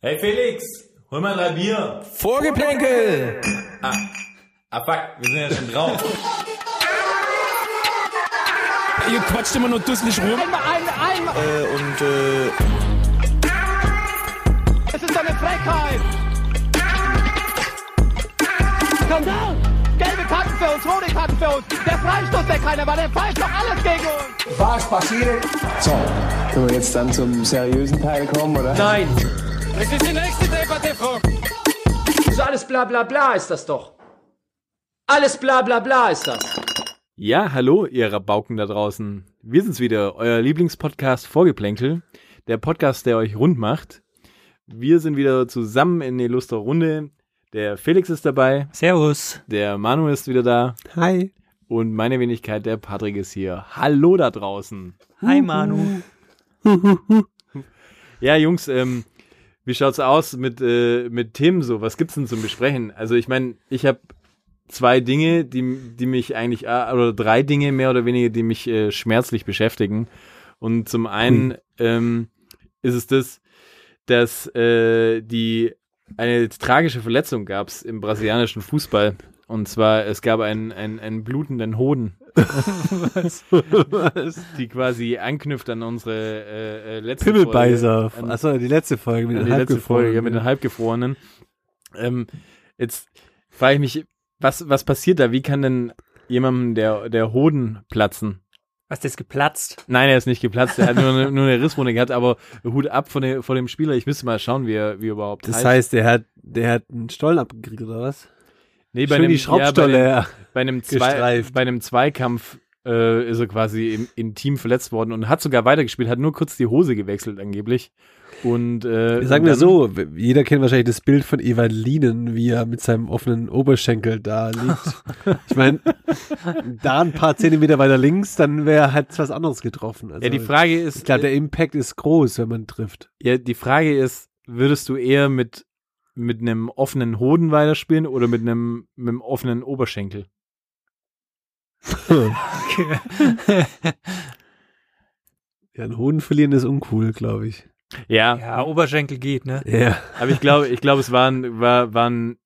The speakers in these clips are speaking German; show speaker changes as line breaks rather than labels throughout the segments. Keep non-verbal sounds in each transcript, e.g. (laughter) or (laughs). Hey Felix, hol mal drei Bier.
Vorgeplänkel!
Ah, ah fuck, wir sind ja schon drauf.
Ihr quatscht immer nur dusselig rum.
Einmal, einmal, einmal.
und äh,
Es ist eine Frechheit. Skandal. Gelbe Karten für uns, rote Karten für uns. Der Freistoß, der keiner war, der pfeift doch alles gegen uns.
Was passiert? So, können wir jetzt dann zum seriösen Teil kommen, oder? Nein.
Es ist die nächste Debatte, Frau. So alles bla bla bla ist das doch. Alles bla bla bla ist das.
Ja, hallo, ihr Rabauken da draußen. Wir sind's wieder, euer Lieblingspodcast Vorgeplänkel, der Podcast, der euch rund macht. Wir sind wieder zusammen in der Luster Runde. Der Felix ist dabei,
Servus.
der Manu ist wieder da
Hi.
und meine Wenigkeit, der Patrick ist hier. Hallo da draußen.
Hi, Manu.
Ja, Jungs, ähm, wie schaut's aus mit, äh, mit Themen so? Was gibt's denn zum Besprechen? Also, ich meine, ich habe zwei Dinge, die, die mich eigentlich, äh, oder drei Dinge mehr oder weniger, die mich äh, schmerzlich beschäftigen. Und zum einen ähm, ist es das, dass äh, die eine tragische Verletzung gab's im brasilianischen Fußball. Und zwar, es gab einen, einen, einen blutenden Hoden. Die quasi anknüpft an unsere äh, äh, letzte
Pimmelbeiser.
Folge. An-
Achso, die letzte Folge mit
ja,
den
Also die letzte Folge ja,
Halbgefrorenen.
mit den Halbgefrorenen. Ähm, jetzt frage ich mich, was, was passiert da? Wie kann denn jemandem der, der Hoden platzen?
Was ist geplatzt?
Nein, er ist nicht geplatzt, er hat nur
(laughs)
eine, nur eine Risswunde gehabt, aber Hut ab von, der, von dem Spieler. Ich müsste mal schauen, wie er, wie er überhaupt
Das
heißt.
heißt, der hat, der hat einen Stollen abgekriegt, oder was?
nee,
Schön die
ja, bei
Schraubstolle.
dem-
Ja,
bei einem, Zwei,
gestreift.
bei einem Zweikampf äh, ist er quasi im, intim verletzt worden und hat sogar weitergespielt, hat nur kurz die Hose gewechselt angeblich. Und äh,
Sagen
und
wir
dann-
so, w- jeder kennt wahrscheinlich das Bild von Evan Linen, wie er mit seinem offenen Oberschenkel
(laughs)
da liegt. ich meine, da ein paar Zentimeter weiter links, dann wäre halt was anderes getroffen. Also,
Ja, die Frage ist, äh,
ich glaube, der Impact ist groß, wenn man trifft.
Ja, die Frage ist, würdest du eher mit, mit einem offenen Hoden weiterspielen oder mit einem, mit einem offenen Oberschenkel?
Ja, einen Hoden verlieren ist uncool, glaube ich.
Ja,
Ja, Oberschenkel geht, ne?
Ja. (laughs)
aber ich glaube, ich glaube, es waren, war, waren,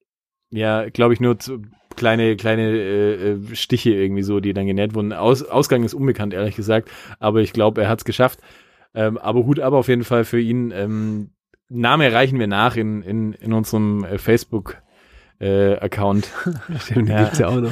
ja, glaube ich, nur zu, kleine, kleine äh, äh, Stiche irgendwie so, die dann genäht wurden. Aus, Ausgang ist unbekannt, ehrlich gesagt, aber ich glaube, er hat es geschafft. Ähm, aber Hut ab auf jeden Fall für ihn. Ähm, Name reichen wir nach in, in, in unserem äh, Facebook-Account.
Stimmt, die
Ja.
gibt's ja auch noch.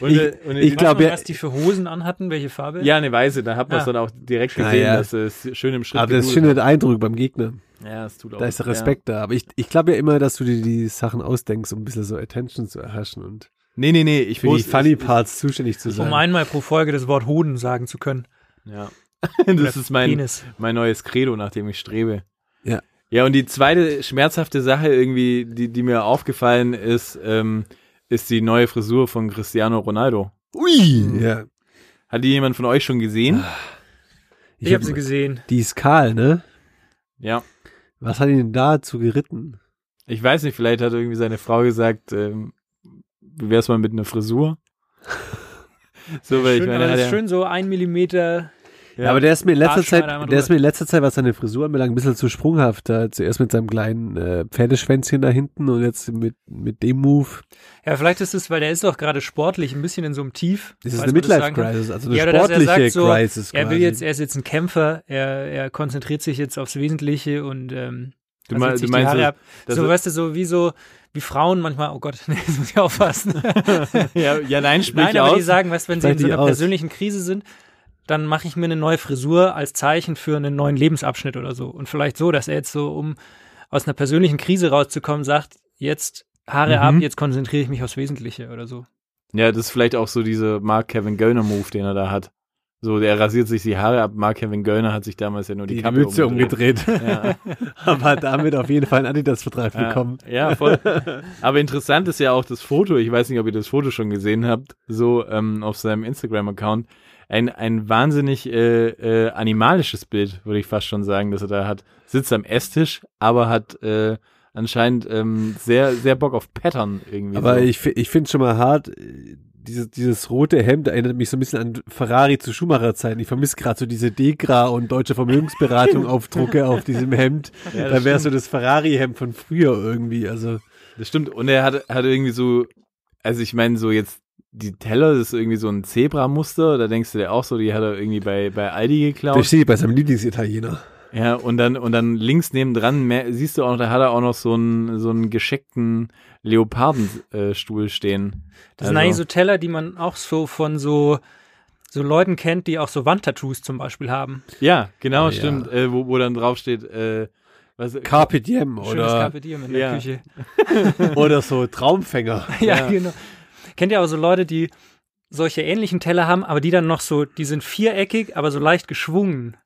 und, äh,
Ich-
und
ich
die-
glaub,
Weißt du noch,
ja-
was die für Hosen anhatten, welche Farbe?
Ja, eine Weiße, da hat man es
Ah.
dann auch direkt
Ah,
gesehen,
ja.
dass es schön im Schritt
Aber das
gedudelt
schindet Eindruck beim Gegner.
hat. Ja, es tut auch.
Da ist der Respekt da. Aber ich, ich glaube ja immer, dass du dir die Sachen ausdenkst, um ein bisschen so Attention zu erhaschen und
Ja. Nee, nee, nee, ich
für die
muss-
Funny Parts zuständig zu
Um
sein.
einmal pro Folge das Wort Hoden sagen zu können.
Ja. (laughs) das
Oder
ist mein,
Penis.
mein neues Credo, nach dem ich strebe.
Ja.
Ja, und die zweite schmerzhafte Sache irgendwie, die, die mir aufgefallen ist, ähm, ist die neue Frisur von Cristiano Ronaldo.
Hm.
Ui! Ja.
Hat die jemand von euch schon gesehen?
Ah.
Ich, habe sie gesehen.
Die ist kahl, ne?
Ja.
Was hat ihn denn dazu geritten?
Ich weiß nicht, vielleicht hat irgendwie seine Frau gesagt, ähm, wie wär's mal mit einer
(laughs)
Frisur? so, weil ich
Schön, aber
meine, hat
das ist
er,
schön so ein Millimeter.
Ja, aber der ist mir in
Da
letzter
schneid
Zeit,
einmal
der ist
drüber.
mir in letzter Zeit, was seine Frisur anbelangt, ein bisschen zu sprunghaft. Da zuerst mit seinem kleinen äh, Pferdeschwänzchen da hinten und jetzt mit, mit dem Move.
Ja, vielleicht ist es, weil der ist doch gerade sportlich, ein bisschen in so einem Tief. falls
Das ist eine
man das sagen kann.
Midlife-Crisis, also eine
Ja, oder dass er
sportliche
sagt so,
Crisis
Er will
quasi.
jetzt, er ist jetzt ein Kämpfer, er, er konzentriert sich jetzt aufs Wesentliche und ähm,
Du
rasiert
mein- du
sich die
meinst,
Haare
dass-
ab.
dass
so,
er-
weißt du, so wie so, wie Frauen manchmal, oh Gott, (laughs) nee, das muss ich aufpassen.
(laughs) ja, ja, nein, sprich
Nein, aber
aus.
die sagen, weißt du, wenn sie
Sprich
in so
dich
einer
aus.
persönlichen Krise sind, dann mache ich mir eine neue Frisur als Zeichen für einen neuen Lebensabschnitt oder so. Und vielleicht so, dass er jetzt so, um aus einer persönlichen Krise rauszukommen, sagt, jetzt Haare ab, jetzt konzentriere ich mich aufs Wesentliche oder so.
Ja, das ist vielleicht auch so dieser Mark Kevin Göllner Move, den er da hat. So, der rasiert sich die Haare ab. Mark Kevin Göllner hat sich damals ja nur die,
die, die
Kappe
Mütze umgedreht. (laughs)
Ja.
Aber hat damit auf jeden Fall einen Adidas-Vertrag (laughs) bekommen.
Ja, ja, voll. Aber interessant ist ja auch das Foto. Ich weiß nicht, ob ihr das Foto schon gesehen habt. So ähm, auf seinem Instagram-Account. Ein, ein wahnsinnig äh, äh, animalisches Bild, würde ich fast schon sagen, dass er da hat. Sitzt am Esstisch, aber hat äh, anscheinend ähm, sehr, sehr Bock auf Pattern irgendwie.
Aber
so.
ich, fi- ich finde schon mal hart, äh, dieses, dieses rote Hemd erinnert mich so ein bisschen an Ferrari zu Schumacher-Zeiten. Ich vermisse gerade so diese Degra und
(laughs)
deutsche Vermögensberatung Aufdrucke auf diesem Hemd. da wäre so das Ferrari-Hemd von früher irgendwie. Also
Das stimmt. Und er hat, hat irgendwie so, also ich meine, so jetzt die Teller, das ist irgendwie so ein Zebra-Muster. Da denkst du dir auch so, die hat er irgendwie bei, bei Aldi geklaut.
der steht bei seinem Lieblingsitaliener.
Ja, und dann, und dann links nebendran mer- siehst du auch, noch, da hat er auch noch so einen, so einen gescheckten Leopardenstuhl stehen.
Das sind eigentlich so Teller, die man auch so von so, so Leuten kennt, die auch so Wandtattoos zum Beispiel haben.
Ja, genau,
Ja.
stimmt. Äh, wo, wo dann draufsteht, äh, was,
Carpe Diem
Schönes
oder,
Carpe Diem in der
ja.
Küche.
oder so Traumfänger.
(laughs) Ja, genau. Kennt ihr auch so Leute, die solche ähnlichen Teller haben, aber die dann noch so, die sind viereckig, aber so leicht geschwungen.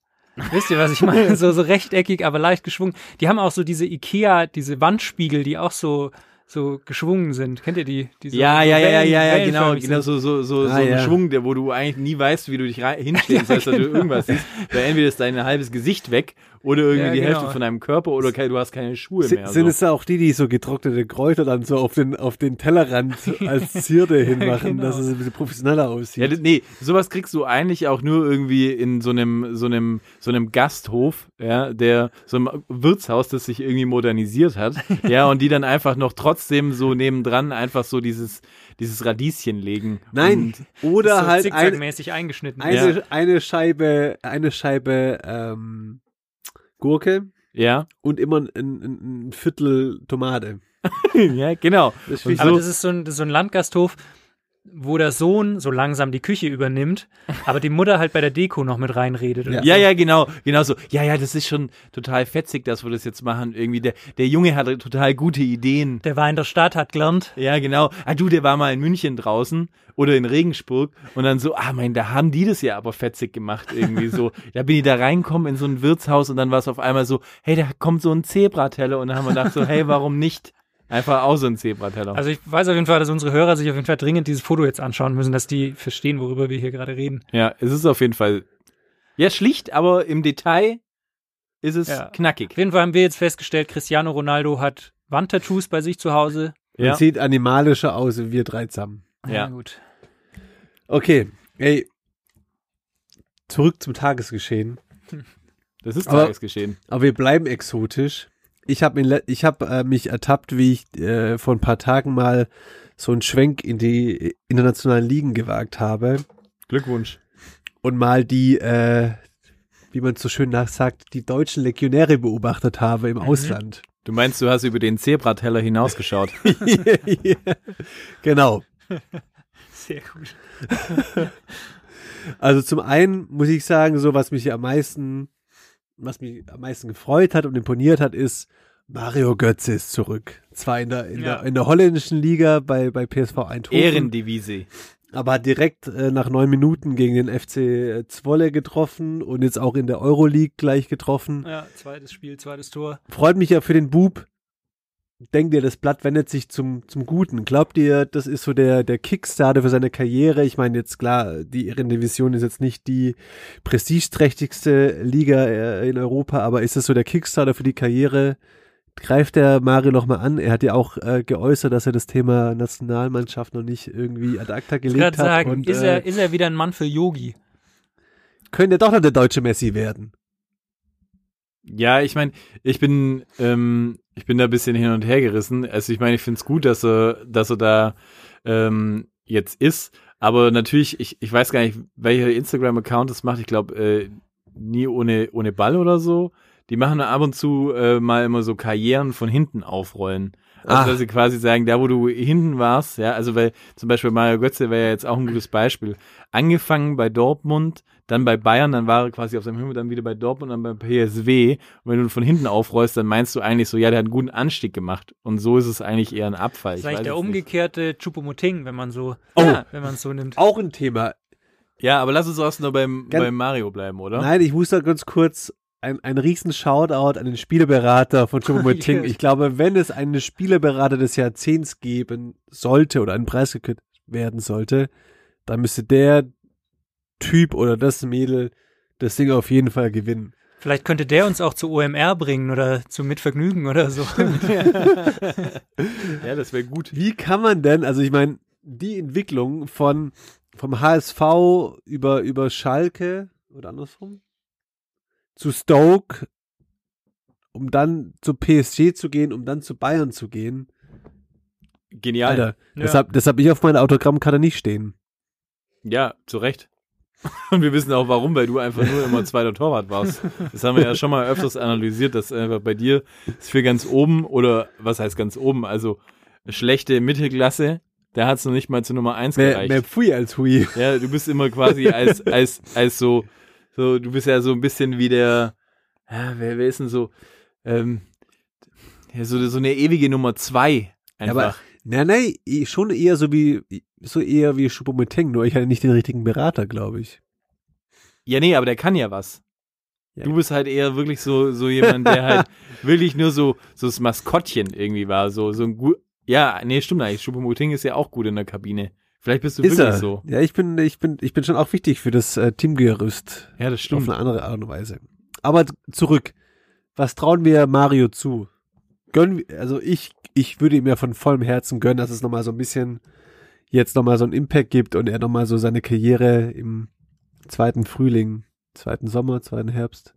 Wisst ihr, was ich (laughs) meine? So, so rechteckig, aber leicht geschwungen. Die haben auch so diese Ikea, diese Wandspiegel, die auch so, so geschwungen sind. Kennt ihr die? die so
ja,
so
ja, ja, ja,
wellen-
ja, ja, genau,
wellenförmig
genau,
sind?
so, so, so, so
Ah,
ein
ja.
Schwung, der, wo du eigentlich nie weißt, wie du dich rein- hinstellst, dass du irgendwas siehst, weil entweder ist dein halbes Gesicht weg oder irgendwie
Ja,
die
genau.
Hälfte von deinem Körper oder ke- du hast keine Schuhe
Si-
mehr.
Sind
so.
es da auch die, die so getrocknete Kräuter dann so auf den, auf
(laughs)
den Tellerrand als Zierde hinmachen,
Genau.
dass es ein bisschen professioneller aussieht?
ja, d- nee, sowas kriegst du eigentlich auch nur irgendwie in so einem, so einem, so einem Gasthof, ja, der, so einem Wirtshaus, das sich irgendwie modernisiert hat, ja, und die dann einfach noch trotzdem so nebendran einfach so dieses, dieses Radieschen legen.
Nein,
Das
oder
ist so
halt ein,
zickzackmäßig eingeschnitten.
eine, eine Scheibe, eine Scheibe ähm, Gurke
Ja,
und immer ein, ein, ein Viertel Tomate.
ja, genau.
Das
Und
ist
Aber
so-
das ist so ein, das ist so ein Landgasthof, wo der Sohn so langsam die Küche übernimmt, aber die Mutter halt bei der Deko noch mit reinredet. oder
Ja, ja, genau, genau so. Ja, ja, das ist schon total fetzig, dass wir das jetzt machen. Irgendwie der, der Junge hat total gute Ideen.
Der war in der Stadt, hat gelernt.
Ja, genau. Ah, du, der war mal in München draußen oder in Regensburg und dann so, ah, mein, da haben die das ja aber fetzig gemacht irgendwie (laughs) so. Da bin ich da reinkommen in so ein Wirtshaus und dann war es auf einmal so, hey, da kommt so ein Zebrateller und dann haben wir gedacht so, hey, warum nicht? Einfach auch so ein Zebrateller.
Also ich weiß auf jeden Fall, dass unsere Hörer sich auf jeden Fall dringend dieses Foto jetzt anschauen müssen, dass die verstehen, worüber wir hier gerade reden.
ja, es ist auf jeden Fall, ja, schlicht, aber im Detail ist es
Ja.
knackig.
Auf jeden Fall haben wir jetzt festgestellt, Cristiano Ronaldo hat Wandtattoos bei sich zu Hause.
Ja.
Sieht animalischer aus, wie wir drei zusammen.
Ja.
gut.
Okay, ey. Zurück zum Tagesgeschehen.
Das ist
Aber-
Tagesgeschehen.
Aber wir bleiben exotisch. Ich habe ich hab, äh, mich ertappt, wie ich äh, vor ein paar Tagen mal so einen Schwenk in die internationalen Ligen gewagt habe
Glückwunsch.
und mal die, äh, wie man so schön nachsagt, die deutschen Legionäre beobachtet habe im Ausland.
Du meinst, du hast über den Zebrateller hinausgeschaut.
(laughs) Genau.
Sehr gut.
(laughs) Also zum einen muss ich sagen, so was mich am meisten, was mich am meisten gefreut hat und imponiert hat, ist Mario Götze ist zurück. Zwar in der, in
Ja.
der, in der holländischen Liga bei, bei PSV Eindhoven.
Ehrendivise.
aber hat direkt äh, nach neun Minuten gegen den FC äh, Zwolle getroffen und jetzt auch in der Euroleague gleich getroffen.
Ja, zweites Spiel, zweites Tor.
Freut mich ja für den Bub. Denkt ihr, das Blatt wendet sich zum, zum Guten? Glaubt ihr, das ist so der, der Kickstarter für seine Karriere? Ich meine, jetzt klar, die Ehrendivision ist jetzt nicht die prestigeträchtigste Liga äh, in Europa, aber ist es so der Kickstarter für die Karriere? Greift der Mario nochmal an? Er hat ja auch äh, geäußert, dass er das Thema Nationalmannschaft noch nicht irgendwie ad acta
Ich gerade
gelegt hat.
sagen,
und,
ist,
äh,
er, ist er wieder ein Mann für Yogi?
könnte doch noch der deutsche Messi werden.
Ja, ich meine, ich bin, ähm, ich bin da ein bisschen hin und her gerissen. Also ich meine, ich finde es gut, dass er, dass er da ähm, jetzt ist. Aber natürlich, ich, ich weiß gar nicht, welcher Instagram-Account es macht. Ich glaube, äh, nie ohne, ohne Ball oder so. Die machen ab und zu äh, mal immer so Karrieren von hinten aufrollen. Also,
Ach.
dass sie quasi sagen, da wo du hinten warst, ja, also weil zum Beispiel Mario Götze wäre ja jetzt auch ein gutes Beispiel. Angefangen bei Dortmund, dann bei Bayern, dann war er quasi auf seinem Himmel, dann wieder bei Dortmund, dann bei PSW. Und wenn du von hinten aufrollst, dann meinst du eigentlich so, ja, der hat einen guten Anstieg gemacht. Und so ist es eigentlich eher ein Abfall. Ich
Ist eigentlich
weiß
der
es nicht.
umgekehrte Chupomoting, wenn man so,
Oh.
ja, wenn man es so nimmt.
Auch ein Thema.
Ja, aber lass uns erst nur beim,
Gern-
beim Mario bleiben, oder?
Nein, ich muss da ganz kurz ein, ein riesen Shoutout an den Spieleberater von Chupomoting. Ich glaube, wenn es einen Spieleberater des Jahrzehnts geben sollte oder einen Preis gekürt werden sollte, dann müsste der Typ oder das Mädel das Ding auf jeden Fall gewinnen.
Vielleicht könnte der uns auch zu OMR bringen oder zu Mitvergnügen oder so.
Ja, das wäre gut.
Wie kann man denn, also ich meine, die Entwicklung von, vom HSV über, über Schalke oder andersrum zu Stoke, um dann zu PSG zu gehen, um dann zu Bayern zu gehen.
Genial.
Alter, das
Ja.
habe das hab ich auf meiner Autogrammkarte nicht stehen.
Ja, zu Recht. (laughs) Und wir wissen auch warum, weil du einfach nur immer zweiter Torwart warst. Das haben wir ja schon mal öfters analysiert, dass einfach bei dir ist für ganz oben oder was heißt ganz oben, also schlechte Mittelklasse, da hat's noch nicht mal zu Nummer eins
Mehr,
gereicht.
mehr Pfui als Hui.
Ja, du bist immer quasi als, als, als so, so, du bist ja so ein bisschen wie der, ja, wer, wer ist denn so, ähm, ja, so, so eine ewige Nummer zwei
Ja, aber,
einfach.
nein, nein, eh, schon eher so wie, so eher wie Schubometeng, nur ich hatte nicht den richtigen Berater, glaube ich.
Ja, nee, aber der kann ja was.
Ja.
Du bist halt eher wirklich so, so jemand, der
(laughs)
halt wirklich nur so, so das Maskottchen irgendwie war. So, so ein gut. Ja, nee, stimmt eigentlich. Schuppemoting ist ja auch gut in der Kabine. Vielleicht bist du
Ist
wirklich
er.
so.
Ja, ich bin, ich bin, ich bin schon auch wichtig für das äh, Teamgerüst.
Ja, das
Auf eine andere Art und Weise. Aber t- zurück. Was trauen wir Mario zu? Gönnen wir, also ich, ich würde ihm ja von vollem Herzen gönnen, dass es nochmal so ein bisschen, jetzt nochmal so einen Impact gibt und er nochmal so seine Karriere im zweiten Frühling, zweiten Sommer, zweiten Herbst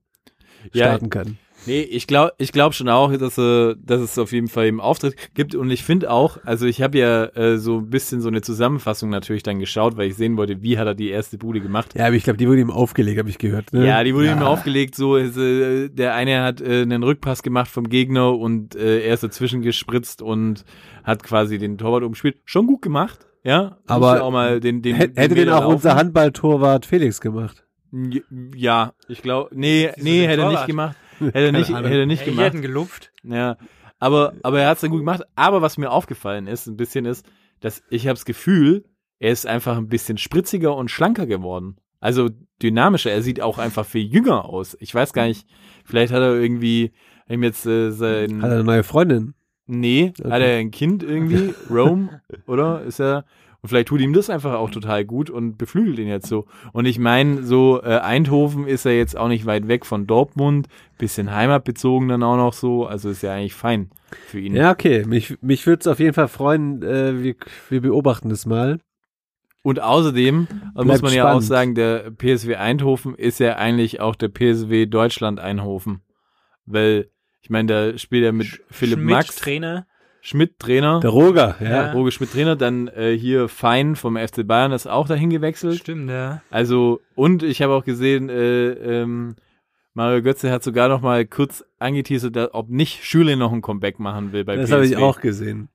Ja.
starten kann.
Nee, ich glaube ich glaub schon auch, dass, äh, dass es auf jeden Fall eben Auftritt gibt. Und ich finde auch, also ich habe ja äh, so ein bisschen so eine Zusammenfassung natürlich dann geschaut, weil ich sehen wollte, wie hat er die erste Bude gemacht.
Ja, aber ich glaube, die wurde ihm aufgelegt, habe ich gehört. Ne?
Ja, die wurde ihm aufgelegt, so ist, äh, der eine hat äh, einen Rückpass gemacht vom Gegner und äh, er ist dazwischen gespritzt und hat quasi den Torwart umgespielt. Schon gut gemacht, ja. Muss
Aber
ja auch mal den, den,
Hätte hätte den
Meter
auch
laufen.
unser Handballtorwart Felix gemacht.
Ja, ich glaube, nee, nee,
den
hätte er nicht
Torwart?
(laughs)
gemacht. Hätte er nicht,
Ahnung.
hätte er nicht
Hey,
gemacht.
hätten gelupft.
Ja, aber, aber er hat es dann gut gemacht. Aber was mir aufgefallen ist, ein bisschen ist, dass ich habe das Gefühl, er ist einfach ein bisschen spritziger und schlanker geworden. Also dynamischer. Er sieht auch einfach viel jünger aus. Ich weiß gar nicht, vielleicht hat er irgendwie ihm jetzt äh, sein.
Hat er eine neue Freundin?
nee, hat er ein Kind irgendwie?
(laughs)
Rome? Oder ist er. Und vielleicht tut ihm das einfach auch total gut und beflügelt ihn jetzt so. Und ich meine, so äh, Eindhoven ist ja jetzt auch nicht weit weg von Dortmund, bisschen heimatbezogen dann auch noch so. Also ist ja eigentlich fein für ihn.
Ja, okay. Mich, mich würde es auf jeden Fall freuen. Äh, wir, wir beobachten das mal.
Und außerdem äh, muss
Bleibt
man ja auch sagen,
spannend.
der PSW Eindhoven ist ja eigentlich auch der PSW Deutschland Eindhoven. Weil, ich meine, da spielt er mit Philipp
Schmidt,
Max,
Trainer.
Schmidt Trainer,
Der Roger, ja.
Ja.
Roger Schmidt Trainer, dann äh, hier Fein vom FC Bayern ist auch dahin gewechselt.
Stimmt, ja.
Also, und ich habe auch gesehen, äh, ähm, Mario Götze hat sogar noch mal kurz angeteasert, da- ob nicht Schüle noch ein Comeback machen will bei
Das
PSW.
habe ich auch gesehen.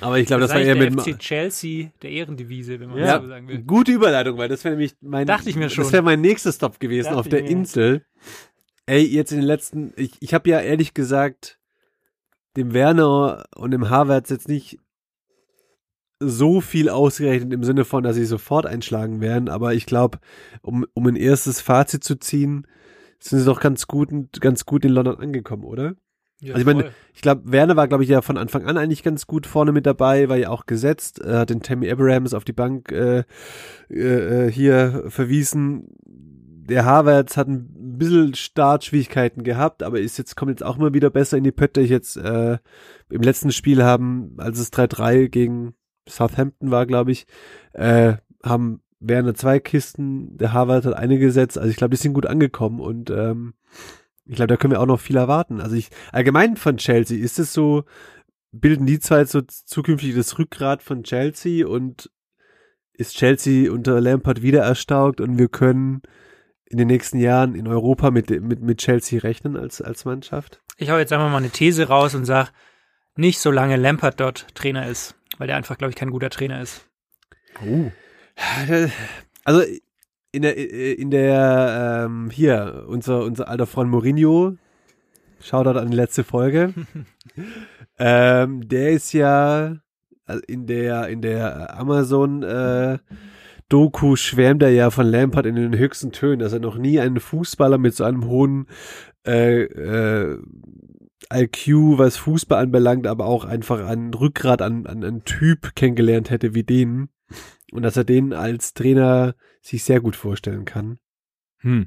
Aber ich glaube, das,
ist
war eher
eigentlich
mit.
der FC Chelsea der Ehrendivise, wenn man
ja,
so sagen will.
gute Überleitung, weil das wäre nämlich mein.
Dachte ich mir schon.
Das wäre mein nächster Stop gewesen
Dachte
auf der
ich mir.
Insel. Ey, jetzt in den letzten. Ich, ich habe ja ehrlich gesagt dem Werner und dem Harvards jetzt nicht so viel ausgerechnet im Sinne von, dass sie sofort einschlagen werden, aber ich glaube, um, um ein erstes Fazit zu ziehen, sind sie doch ganz gut, ganz gut in London angekommen, oder?
Ja,
Also ich meine,
voll.
ich glaube, Werner war, glaube ich, ja von Anfang an eigentlich ganz gut vorne mit dabei, war ja auch gesetzt, äh, hat den Tammy Abrahams auf die Bank äh, äh, äh, hier verwiesen. Der Havertz hat ein bisschen Startschwierigkeiten gehabt, aber ist jetzt, kommt jetzt auch mal wieder besser in die Pötte. Ich jetzt äh, im letzten Spiel haben, als es 3-3 gegen Southampton war, glaube ich, äh, haben Werner zwei Kisten, der Harvard hat eine gesetzt. Also ich glaube, die sind gut angekommen und ähm, ich glaube, da können wir auch noch viel erwarten. Also ich allgemein von Chelsea ist es so, bilden die zwei jetzt so zukünftig das Rückgrat von Chelsea und ist Chelsea unter Lampard wieder erstarkt und wir können in den nächsten Jahren in Europa mit mit mit Chelsea rechnen als als Mannschaft.
ich hau jetzt einfach mal eine These raus und sag, nicht solange Lampard dort Trainer ist, weil der einfach, glaube ich, kein guter Trainer ist.
Oh. Also in der in der ähm, hier unser unser alter Freund Mourinho, Shoutout an die letzte Folge. ähm, der ist ja also in der in der Amazon äh, Doku schwärmt er ja von Lampard in den höchsten Tönen, dass er noch nie einen Fußballer mit so einem hohen äh, äh, IQ, was Fußball anbelangt, aber auch einfach an Rückgrat, an, an einen Typ kennengelernt hätte wie den. Und dass er den als Trainer sich sehr gut vorstellen kann.
Hm.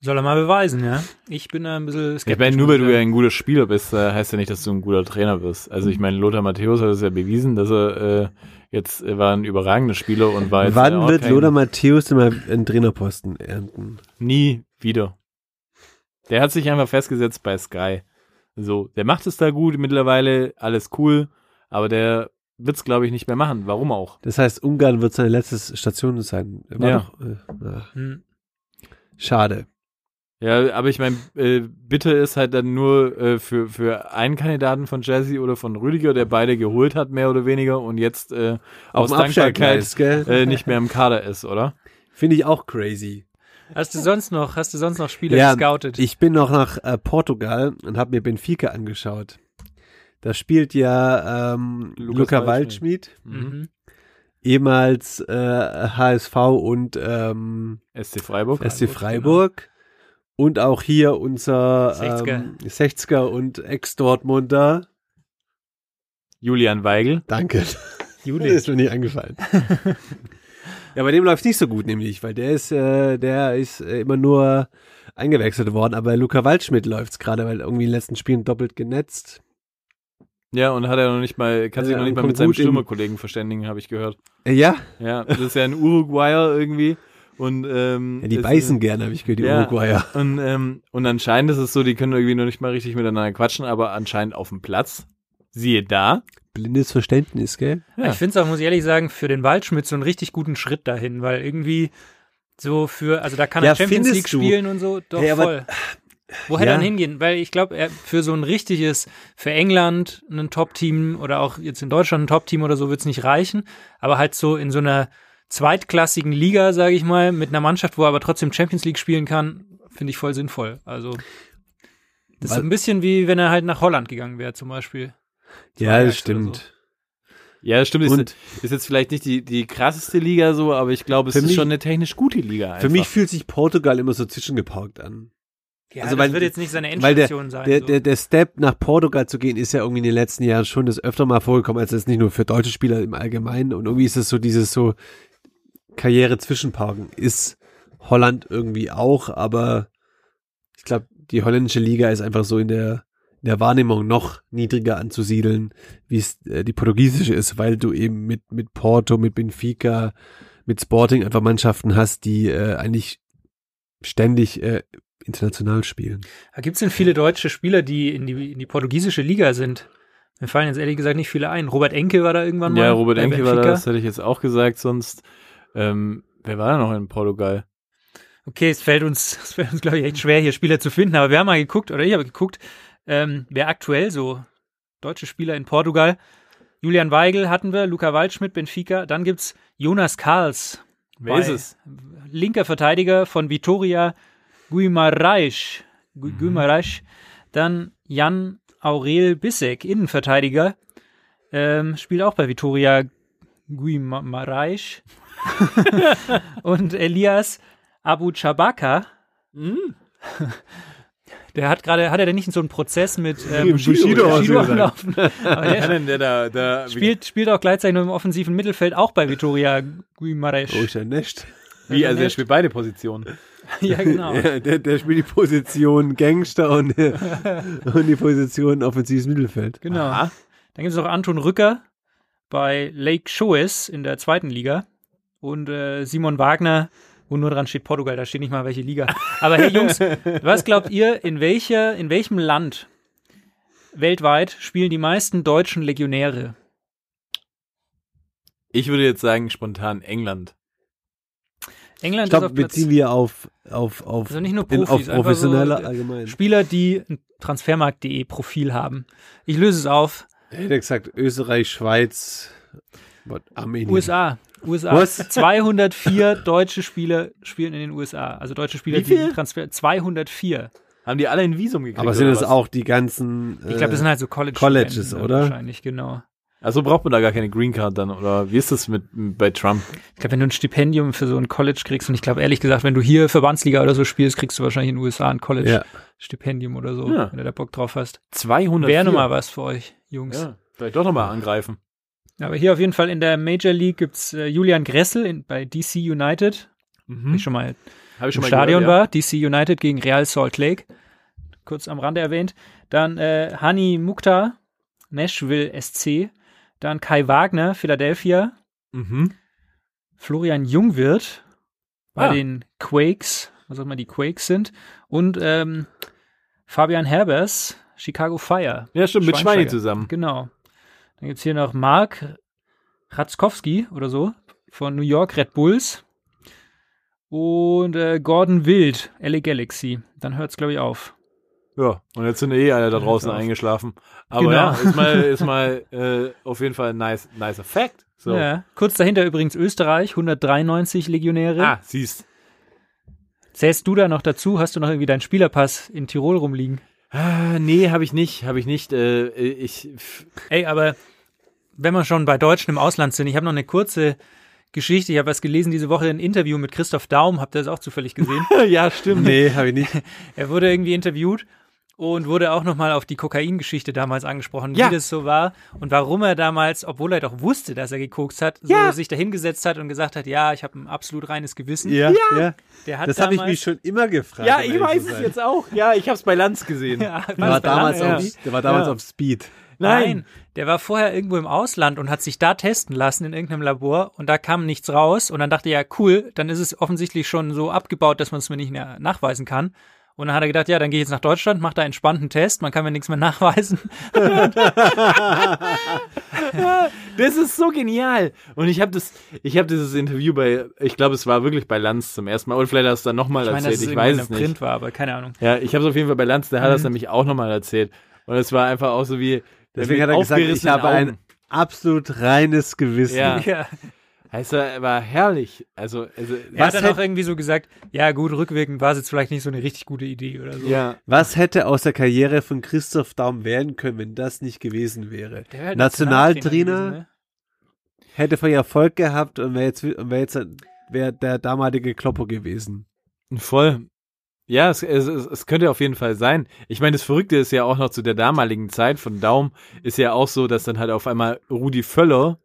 Soll er mal beweisen, ja? Ich bin da ein bisschen skeptisch.
Ich meine, nur weil du ja ein guter Spieler bist, äh, heißt ja nicht, dass du ein guter Trainer wirst. Also
Hm.
ich meine, Lothar Matthäus hat es ja bewiesen, dass er äh, jetzt er war ein überragender Spieler und war jetzt äh,
Wann
auch
wird
kein-
Lothar Matthäus denn mal einen Trainerposten ernten?
nie wieder. Der hat sich einfach festgesetzt bei Sky. So, der macht es da gut mittlerweile, alles cool, aber der wird's glaube ich nicht mehr machen. Warum auch?
Das heißt, Ungarn wird seine letzte Station sein. War
Ja.
doch, äh, na,
Hm.
schade.
Ja, aber ich meine, äh, bitte ist halt dann nur äh, für, für einen Kandidaten von Jazzy oder von Rüdiger, der beide geholt hat, mehr oder weniger, und jetzt äh, aus
dem Abstellgleis,
Dankbarkeit
gell?
äh, nicht mehr im Kader ist, oder?
Finde ich auch crazy.
Hast du sonst noch, hast du sonst noch Spieler gescoutet?
Ich bin noch nach äh, Portugal und habe mir Benfica angeschaut. Da spielt ja ähm,
Lukas
Luca
Waldschmidt.
Waldschmidt,
mhm.
ehemals äh, HSV und ähm,
SC Freiburg. genau.
SC Freiburg. Und auch hier unser
60er.
ähm, 60er und Ex-Dortmunder.
Julian Weigel.
Danke. Juli. (laughs) ist mir nicht angefallen. ja, bei dem läuft nicht so gut, nämlich, weil der ist, äh, der ist äh, immer nur eingewechselt worden, aber Luca Waldschmidt läuft's gerade, weil irgendwie in den letzten Spielen doppelt genetzt.
Ja, und hat er noch nicht mal, kann sich
Ja,
noch nicht mal
kommt
mit seinem
gut in-
Stürmerkollegen verständigen, habe ich gehört.
Äh, ja?
Ja, das ist ja ein Uruguayer irgendwie. Und, ähm,
ja, die
ist-
beißen gerne, habe ich gehört, die
Ja.
Uruguayer.
Und, ähm, und anscheinend ist es so, die können irgendwie noch nicht mal richtig miteinander quatschen, aber anscheinend auf dem Platz. Siehe da.
Blindes Verständnis, gell?
Ja.
Ich finde es auch, muss ich ehrlich sagen, für den Waldschmidt so einen richtig guten Schritt dahin, weil irgendwie so für, also da kann
Ja,
er Champions
findest
League
du?
spielen und so, doch
Hey, aber-
voll. Wo hätte
Ja.
er denn hingehen? Weil ich glaube, für so ein richtiges, für England ein Top-Team oder auch jetzt in Deutschland ein Top-Team oder so wird es nicht reichen, aber halt so in so einer zweitklassigen Liga, sage ich mal, mit einer Mannschaft, wo er aber trotzdem Champions League spielen kann, finde ich voll sinnvoll. Also das ist
Weil-
ein bisschen wie wenn er halt nach Holland gegangen wäre zum Beispiel.
Ja,
Ajax
das
oder
stimmt.
Ja, das stimmt.
Und-
ist, ist jetzt vielleicht nicht die, die krasseste Liga so, aber ich glaube, es
Für
ist
mich-
schon eine technisch gute Liga. Einfach.
Für mich fühlt sich Portugal immer so zwischengeparkt an.
Ja, also,
Also,
das
weil-
wird jetzt nicht seine
Weil der,
Endstation sein.
der,
so.
der, der Step nach Portugal zu gehen, ist ja irgendwie in den letzten Jahren schon das öfter mal vorgekommen, als es nicht nur für deutsche Spieler im Allgemeinen. Und irgendwie ist es so dieses so Karriere zwischenparken. Ist Holland irgendwie auch, aber ich glaube, die holländische Liga ist einfach so in der, in der Wahrnehmung noch niedriger anzusiedeln, wie es äh, die portugiesische ist, weil du eben mit, mit Porto, mit Benfica, mit Sporting einfach Mannschaften hast, die äh, eigentlich ständig äh, international spielen.
Gibt es denn viele deutsche Spieler, die in die, in die portugiesische Liga sind? Mir fallen jetzt ehrlich gesagt nicht viele ein. Robert Enke war da irgendwann mal.
ja, Robert
bei
Enke war da,
Benfica.
das hätte ich jetzt auch gesagt, sonst. Ähm, wer war da noch in Portugal?
Okay, es fällt uns, (laughs) es fällt uns glaube ich, echt schwer, hier Spieler zu finden. Aber wir haben mal geguckt, oder ich habe geguckt, ähm, wer aktuell so deutsche Spieler in Portugal. Julian Weigel hatten wir, Luca Waldschmidt, Benfica. Dann gibt es Jonas Karls.
Wer
bei-
ist es?
Linker Verteidiger von Vitoria Guimarães. Gu Guimarães. Dann Jan Aurel Bissek, Innenverteidiger. Ähm, spielt auch bei Vitoria Guimarães. (laughs) Und Elias Abu Chabaka. (laughs) Der hat gerade, hat er denn nicht so einen Prozess mit ähm,
Bushido
Bushido
ausgesagt.
am Laufen? Aber der
denn der da? da
spielt, spielt auch gleichzeitig noch im offensiven Mittelfeld auch bei Vitoria Guimarães.
Oh, ist ja nicht.
wie, also er spielt beide Positionen.
(laughs) Ja, genau.
Ja, der, der spielt die Position Gangster und, (laughs) und die Position offensives Mittelfeld.
Genau. Dann gibt es noch Anton Rücker bei Lake Shoes in der zweiten Liga und äh, Simon Wagner, wo nur dran steht Portugal, da steht nicht mal welche Liga. Aber hey
(laughs)
Jungs, was glaubt ihr, in, welcher, in welchem Land weltweit spielen die meisten deutschen Legionäre?
Ich würde jetzt sagen, spontan England.
England
Ich
ist
glaube,
auf Platz
beziehen wir auf, auf, auf,
Also nicht nur
in- auf
Profis, einfach äh,
professionelle
so-
allgemein.
Spieler, die ein Transfermarkt.de Profil haben. Ich löse es auf.
Ich hätte gesagt, Österreich, Schweiz, what, Armenien.
USA. USA.
Was?
(laughs) 204 deutsche Spieler spielen in den USA. Also deutsche Spieler,
Wie viel?
die Transfer 204.
Haben die alle ein Visum gekriegt?
Aber sind
oder
das
was?
auch die ganzen. äh,
Ich glaube, das
Äh,
sind halt so College
Colleges,
Studenten
oder?
Wahrscheinlich, genau.
Also braucht man da gar keine Green Card dann, oder wie ist das mit, bei Trump?
Ich glaube, wenn du ein Stipendium für so ein College kriegst, und ich glaube, ehrlich gesagt, wenn du hier Verbandsliga oder so spielst, kriegst du wahrscheinlich in den USA ein
Ja.
College-Stipendium oder so,
Ja.
wenn du da Bock drauf hast.
200.
Wäre nochmal was für euch, Jungs.
Ja, vielleicht doch nochmal angreifen.
Aber hier auf jeden
Mhm.
Fall in der Major League gibt's äh, Julian Gressel in, bei DC United. Hab ich schon mal
Habe Hm. ich schon
im
mal
Stadion
gehört,
war. DC United gegen Real Salt Lake. Kurz am Rande erwähnt. Dann äh, Hani Mukhtar, Nashville SC. Dann Kai Wagner, Philadelphia.
ja. Mhm.
Florian Jungwirth bei
Ah.
den Quakes, was auch immer die Quakes sind. Und ähm, Fabian Herbers, Chicago Fire.
Ja, stimmt, mit Schweini
Schweinsteiger.
zusammen.
Genau. Dann gibt es hier noch Mark Ratzkowski oder so von New York Red Bulls. Und äh, Gordon Wild, LA Galaxy. Dann hört es, glaube ich, auf.
Ja, und jetzt sind eh alle da draußen
auf.
eingeschlafen. Aber
Genau.
ja, ist mal, ist mal (laughs) äh, auf jeden Fall ein nice, nicer Fact. So.
Ja. Kurz dahinter übrigens Österreich, 193 Legionäre.
Ah, siehst.
Zählst du da noch dazu? Hast du noch irgendwie deinen Spielerpass in Tirol rumliegen?
Ah, nee, habe ich nicht, habe ich nicht. Äh, ich, f-
Ey, aber wenn wir schon bei Deutschen im Ausland sind, ich habe noch eine kurze Geschichte. Ich habe was gelesen diese Woche, ein Interview mit Christoph Daum. Habt ihr das auch zufällig
(laughs)
gesehen?
ja,
halt
stimmt.
Nee, habe
(laughs)
ich nicht.
er wurde irgendwie interviewt und wurde auch nochmal auf die Kokaingeschichte damals angesprochen,
Ja.
wie das so war und warum er damals, obwohl er doch wusste, dass er gekokst hat, so sich dahingesetzt hat und gesagt hat, ja, ich habe ein absolut reines Gewissen.
Ja, ja.
Der hat
Das habe ich
damals-
mich schon immer gefragt.
Ja,
um
ich
ehrlich zu
weiß es
sein.
jetzt auch. Ja, ich habe es bei Lanz gesehen.
(laughs) Ja,
Der war damals,
ja.
auf, der war damals
Ja.
auf Speed.
Nein. der war vorher irgendwo im Ausland und hat sich da testen lassen in irgendeinem Labor und da kam nichts raus und dann dachte er, ja cool, dann ist es offensichtlich schon so abgebaut, dass man es mir nicht mehr nachweisen kann. Und dann hat er gedacht, ja, dann gehe ich jetzt nach Deutschland, mache da einen entspannten Test, man kann mir nichts mehr (laughs) nachweisen.
Das ist so genial. Und ich habe das, ich habe dieses Interview bei, ich glaube, es war wirklich bei Lanz zum ersten Mal. Oder vielleicht hast du dann nochmal
Ich meine, dass
erzählt.
es
Ich
irgendwann
weiß
in
es
der
nicht.
Print Mhm. war, aber keine Ahnung.
Ja, ich habe es auf jeden Fall bei Lanz. Der hat das nämlich auch nochmal erzählt. Und es war einfach auch so wie.
Deswegen hat er gesagt, ich habe ein absolut reines Gewissen.
Ja.
(laughs) Ja.
Also, er war herrlich. Also, also
Er hat
Was
dann auch
hätt-
irgendwie so gesagt, ja gut, rückwirkend war es jetzt vielleicht nicht so eine richtig gute Idee oder so.
ja.
Was hätte aus der Karriere von Christoph Daum werden können, wenn das nicht gewesen wäre?
Der wäre halt
Nationaltrainer
gewesen, ne?
hätte voll Erfolg gehabt und wäre jetzt, und wär jetzt wär der damalige Kloppo gewesen.
Voll. Ähm, Ja, es, es, es es könnte auf jeden Fall sein. Ich meine, das Verrückte ist ja auch noch zu der damaligen Zeit von Daum ist ja auch so, dass dann halt auf einmal Rudi Völler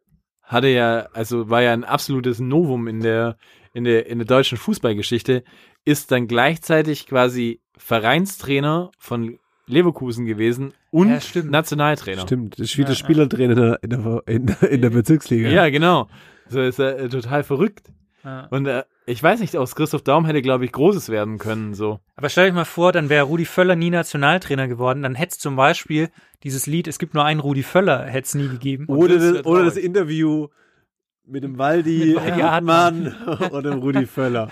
hatte ja, also war ja ein absolutes Novum in der, in der, in der deutschen Fußballgeschichte, ist dann gleichzeitig quasi Vereinstrainer von Leverkusen gewesen und
Ja, stimmt.
Nationaltrainer.
Stimmt, das ist wie der Spielertrainer in der, in der, in der, in der Bezirksliga.
Ja, genau. So ist er äh, total verrückt.
Ja.
Und äh, ich weiß nicht, aus Christoph Daum hätte, glaube ich, Großes werden können, so.
Aber stell euch mal vor, dann wäre Rudi Völler nie Nationaltrainer geworden, dann hätte es zum Beispiel dieses Lied, es gibt nur einen Rudi Völler, hätte es nie gegeben.
Oder
das
das,
wär
oder das
traurig.
Interview mit dem Waldi,
Mit Waldi
Hartmann (laughs) und dem Rudi Völler.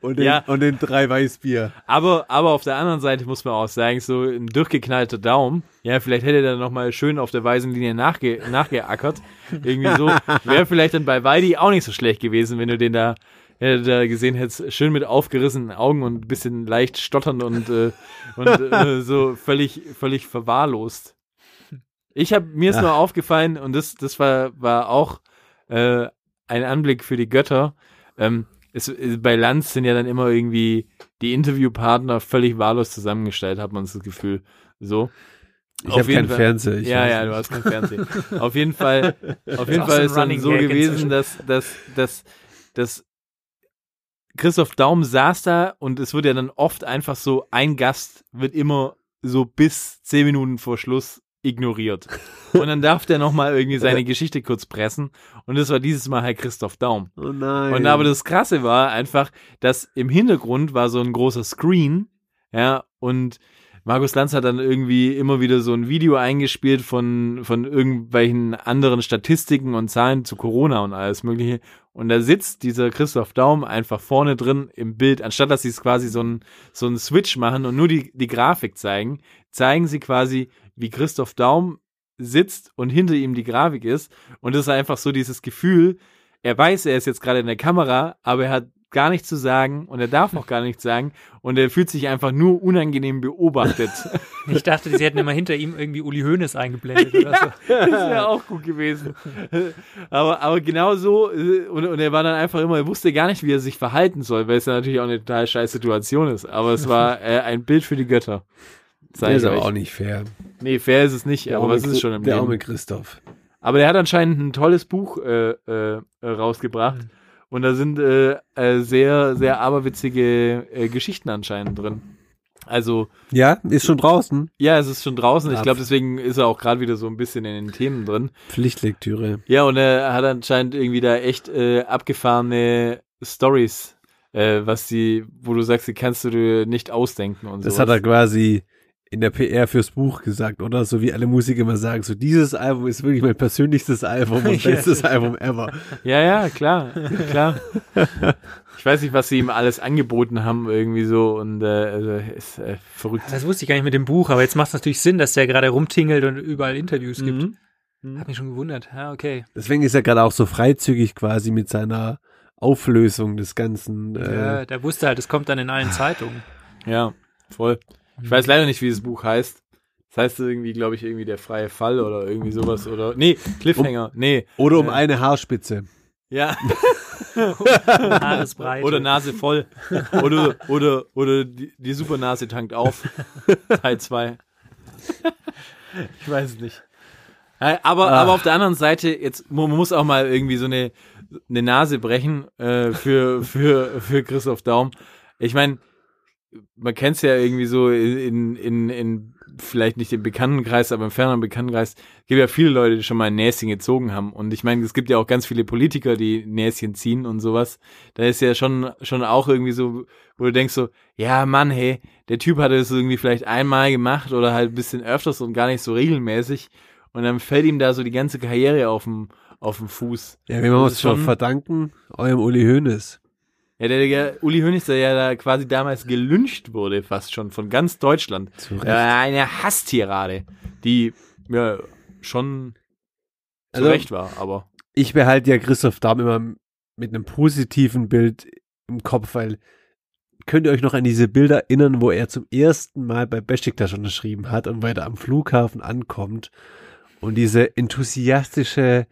Und den,
Ja.
und den drei Weißbier.
Aber, aber auf der anderen Seite muss man auch sagen, so ein durchgeknallter Daumen, ja, vielleicht hätte er nochmal schön auf der weißen Linie nachge nachgeackert. Irgendwie so. Wäre vielleicht dann bei Waldi auch nicht so schlecht gewesen, wenn du den da, äh, da gesehen hättest, schön mit aufgerissenen Augen und ein bisschen leicht stotternd und, äh, und äh, so völlig, völlig verwahrlost. Ich habe mir ist nur aufgefallen, und das, das war, war auch äh, ein Anblick für die Götter. Ähm, es, äh, bei Lanz sind ja dann immer irgendwie die Interviewpartner völlig wahllos zusammengestellt, hat man so das Gefühl. So.
Ich
Auf
habe
jeden
keinen
Fall.
Fernseher. ich
ja,
weiß
ja,
nicht.
du hast kein Fernsehen. auf jeden Fall, auf jeden
auch
Fall
so ein
ist dann
Running
so
Gag
gewesen,
inzwischen.
dass, dass, dass, dass Christoph Daum saß da und es wird ja dann oft einfach so, ein Gast wird immer so bis zehn Minuten vor Schluss ignoriert. Und dann darf der nochmal irgendwie seine Geschichte kurz pressen. Und das war dieses Mal halt Christoph Daum.
Oh nein.
Und aber das Krasse war einfach, dass im Hintergrund war so ein großer Screen, ja, und Markus Lanz hat dann irgendwie immer wieder so ein Video eingespielt von, von irgendwelchen anderen Statistiken und Zahlen zu Corona und alles Mögliche. Und da sitzt dieser Christoph Daum einfach vorne drin im Bild, anstatt dass sie es quasi so einen so einen Switch machen und nur die, die Grafik zeigen, zeigen sie quasi, wie Christoph Daum sitzt und hinter ihm die Grafik ist. Und das ist einfach so dieses Gefühl, er weiß, er ist jetzt gerade in der Kamera, aber er hat gar nichts zu sagen und er darf auch gar nichts sagen und er fühlt sich einfach nur unangenehm beobachtet.
(laughs)
(laughs)
Ich dachte, sie hätten immer hinter ihm irgendwie Uli Hoeneß eingeblendet oder so.
Das wäre auch gut gewesen. Aber, aber genau so, äh, und, und er war dann einfach immer, er wusste gar nicht, wie er sich verhalten soll, weil es ja natürlich auch eine total scheiß Situation ist. Aber es war äh, ein Bild für die Götter. Sag
der
ich
ist aber
euch.
auch nicht fair.
Nee, fair ist es nicht, aber was ist schon im
Der
Leben?
arme Christoph. Mhm.
Aber der hat anscheinend ein tolles Buch äh, äh, äh, rausgebracht. Und da sind äh, äh, sehr, sehr aberwitzige äh, Geschichten anscheinend drin. Also,
Ja, ist schon draußen.
ja, es ist schon draußen. Ich
Ja.
glaube, deswegen ist er auch gerade wieder so ein bisschen in den Themen drin.
Pflichtlektüre.
Ja, und er hat anscheinend irgendwie da echt äh, abgefahrene Stories, äh, was die, wo du sagst, die kannst du dir nicht ausdenken und so.
Das hat er quasi in der PR fürs Buch gesagt, oder? So wie alle Musiker immer sagen, so dieses Album ist wirklich mein persönlichstes
(laughs)
Album und bestes Album ever.
Ja, ja, klar, klar. Ich weiß nicht, was sie ihm alles angeboten haben irgendwie so und äh, also, ist äh, verrückt.
Das wusste ich gar nicht mit dem Buch, aber jetzt macht es natürlich Sinn, dass der gerade rumtingelt und überall Interviews gibt. Hat mich schon gewundert. Ja, okay.
Deswegen ist er gerade auch so freizügig quasi mit seiner Auflösung des Ganzen. Äh,
Ja, der wusste halt, es kommt dann in allen (laughs) Zeitungen.
Ja, voll. Ich weiß leider nicht, wie das Buch heißt. Das heißt irgendwie, glaube ich, irgendwie der freie Fall oder irgendwie sowas oder nee, Cliffhanger, nee.
oder um eine Haarspitze.
(laughs) Ja.
Haaresbreite.
Oder Nase voll. Oder, oder, oder die, die Supernase tankt auf. Teil 2. Ich weiß es nicht. Ah. Ja, Aber, aber auf der anderen Seite, jetzt, mu- man muss auch mal irgendwie so eine, eine Nase brechen äh, für, für, für Christoph Daum. Ich meine, man kennt es ja irgendwie so in, in, in vielleicht nicht im Bekanntenkreis, aber im ferneren Bekanntenkreis. Es gibt ja viele Leute, die schon mal ein Näschen gezogen haben. Und ich meine, es gibt ja auch ganz viele Politiker, die Näschen ziehen und sowas. Da ist ja schon, schon auch irgendwie so, wo du denkst so, ja Mann, hey, der Typ hat das irgendwie vielleicht einmal gemacht oder halt ein bisschen öfters und gar nicht so regelmäßig. Und dann fällt ihm da so die ganze Karriere auf dem, auf dem Fuß.
Ja, wir machen uns schon verdanken, eurem Uli Hoeneß.
Ja, der, der Uli Hoeneß, der ja da quasi damals gelünscht wurde, fast schon von ganz Deutschland.
Zurecht.
Ja, eine Hasstirade, die ja, schon zu
Also-
Recht war, aber.
ich behalte ja Christoph Daum immer m- mit einem positiven Bild im Kopf, weil könnt ihr euch noch an diese Bilder erinnern, wo er zum ersten Mal bei Besiktas unterschrieben hat und weiter am Flughafen ankommt und diese enthusiastische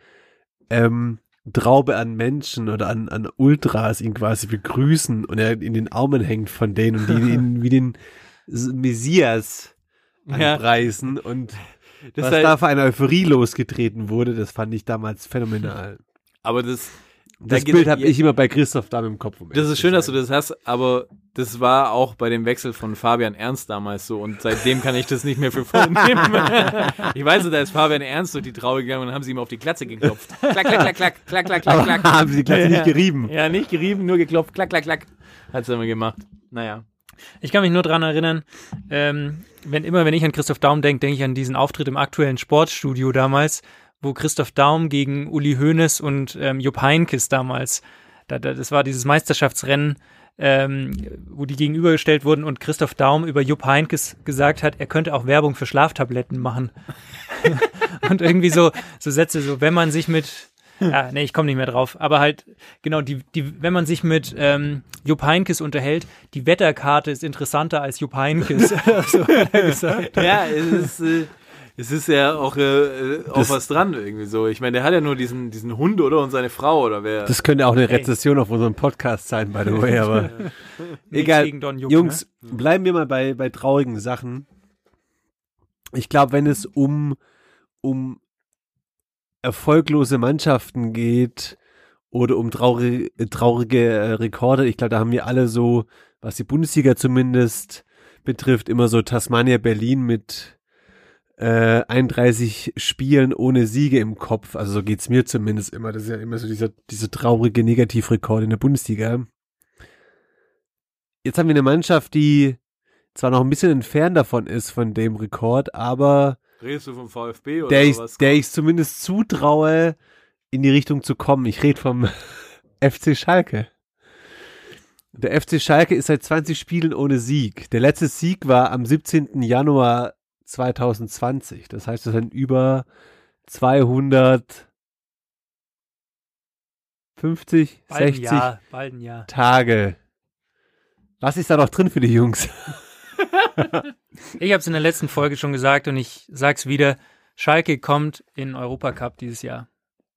ähm, Traube an Menschen oder an, an Ultras ihn quasi begrüßen und er in den Armen hängt von denen
(laughs)
und die ihn wie den S- Messias
Ja.
anpreisen und
Das
was
halt-
da für eine Euphorie losgetreten wurde, das fand ich damals phänomenal.
Aber das,
Das
geht-
Bild habe ich immer bei Christoph Damm im Kopf. um
Das
ehrlich
ist
zu
schön, dass du
sein.
das hast, aber das war auch bei dem Wechsel von Fabian Ernst damals so und seitdem kann ich das nicht mehr für voll nehmen. (laughs) ich weiß, da ist Fabian Ernst durch die Traube gegangen und haben sie ihm auf die Klatze geklopft. Klack, klack, klack, klack, klack, klack, klack, klack.
Aber haben sie die Klasse nicht gerieben.
Ja, nicht gerieben, nur geklopft. Klack, klack, klack. Hat's immer gemacht. Naja.
Ich kann mich nur daran erinnern, ähm, wenn immer, wenn ich an Christoph Daum denke, denke ich an diesen Auftritt im aktuellen Sportstudio damals, wo Christoph Daum gegen Uli Hoeneß und ähm, Jupp Heynckes damals, da, da, das war dieses Meisterschaftsrennen, ähm, wo die gegenübergestellt wurden und Christoph Daum über Jupp Heynckes gesagt hat, er könnte auch Werbung für Schlaftabletten machen. und irgendwie so, so Sätze, so wenn man sich mit,
Hm.
ja, nee, ich komme nicht mehr drauf, aber halt, genau, die, die, wenn man sich mit ähm, Jupp Heinkes unterhält, die Wetterkarte ist interessanter als Jupp
(laughs)
Heinkes. so hat er gesagt.
Ja, es ist, äh, es ist ja auch, äh, äh, auch was dran irgendwie so. Ich meine, der hat ja nur diesen, diesen Hund oder und seine Frau oder wer.
Das könnte auch eine Rezession auf unserem Podcast sein, by (laughs) the way, aber egal.
gegen Don Jupp, ne?
Jungs, bleiben wir mal bei, bei traurigen Sachen. Ich glaube, wenn es um, um erfolglose Mannschaften geht oder um traurige, traurige äh, Rekorde, ich glaube, da haben wir alle so, was die Bundesliga zumindest betrifft, immer so Tasmania Berlin mit äh, 31 Spielen ohne Siege im Kopf. Also so geht's mir zumindest immer. Das ist ja immer so dieser, dieser traurige Negativrekord in der Bundesliga. Jetzt haben wir eine Mannschaft, die zwar noch ein bisschen entfernt davon ist, von dem Rekord, aber
Redest du vom VfB oder
der ich,
was?
der ich zumindest zutraue, in die Richtung zu kommen. Ich rede vom (laughs) FC Schalke. Der FC Schalke ist seit 20 Spielen ohne Sieg. Der letzte Sieg war am 17. Januar 2020. Das heißt, das sind über 250,
bald ein
60
Jahr, bald ein Jahr.
Tage. Lass ich da noch drin für die Jungs.
Ich habe es in der letzten Folge schon gesagt und ich sag's wieder, Schalke kommt in Europacup dieses Jahr.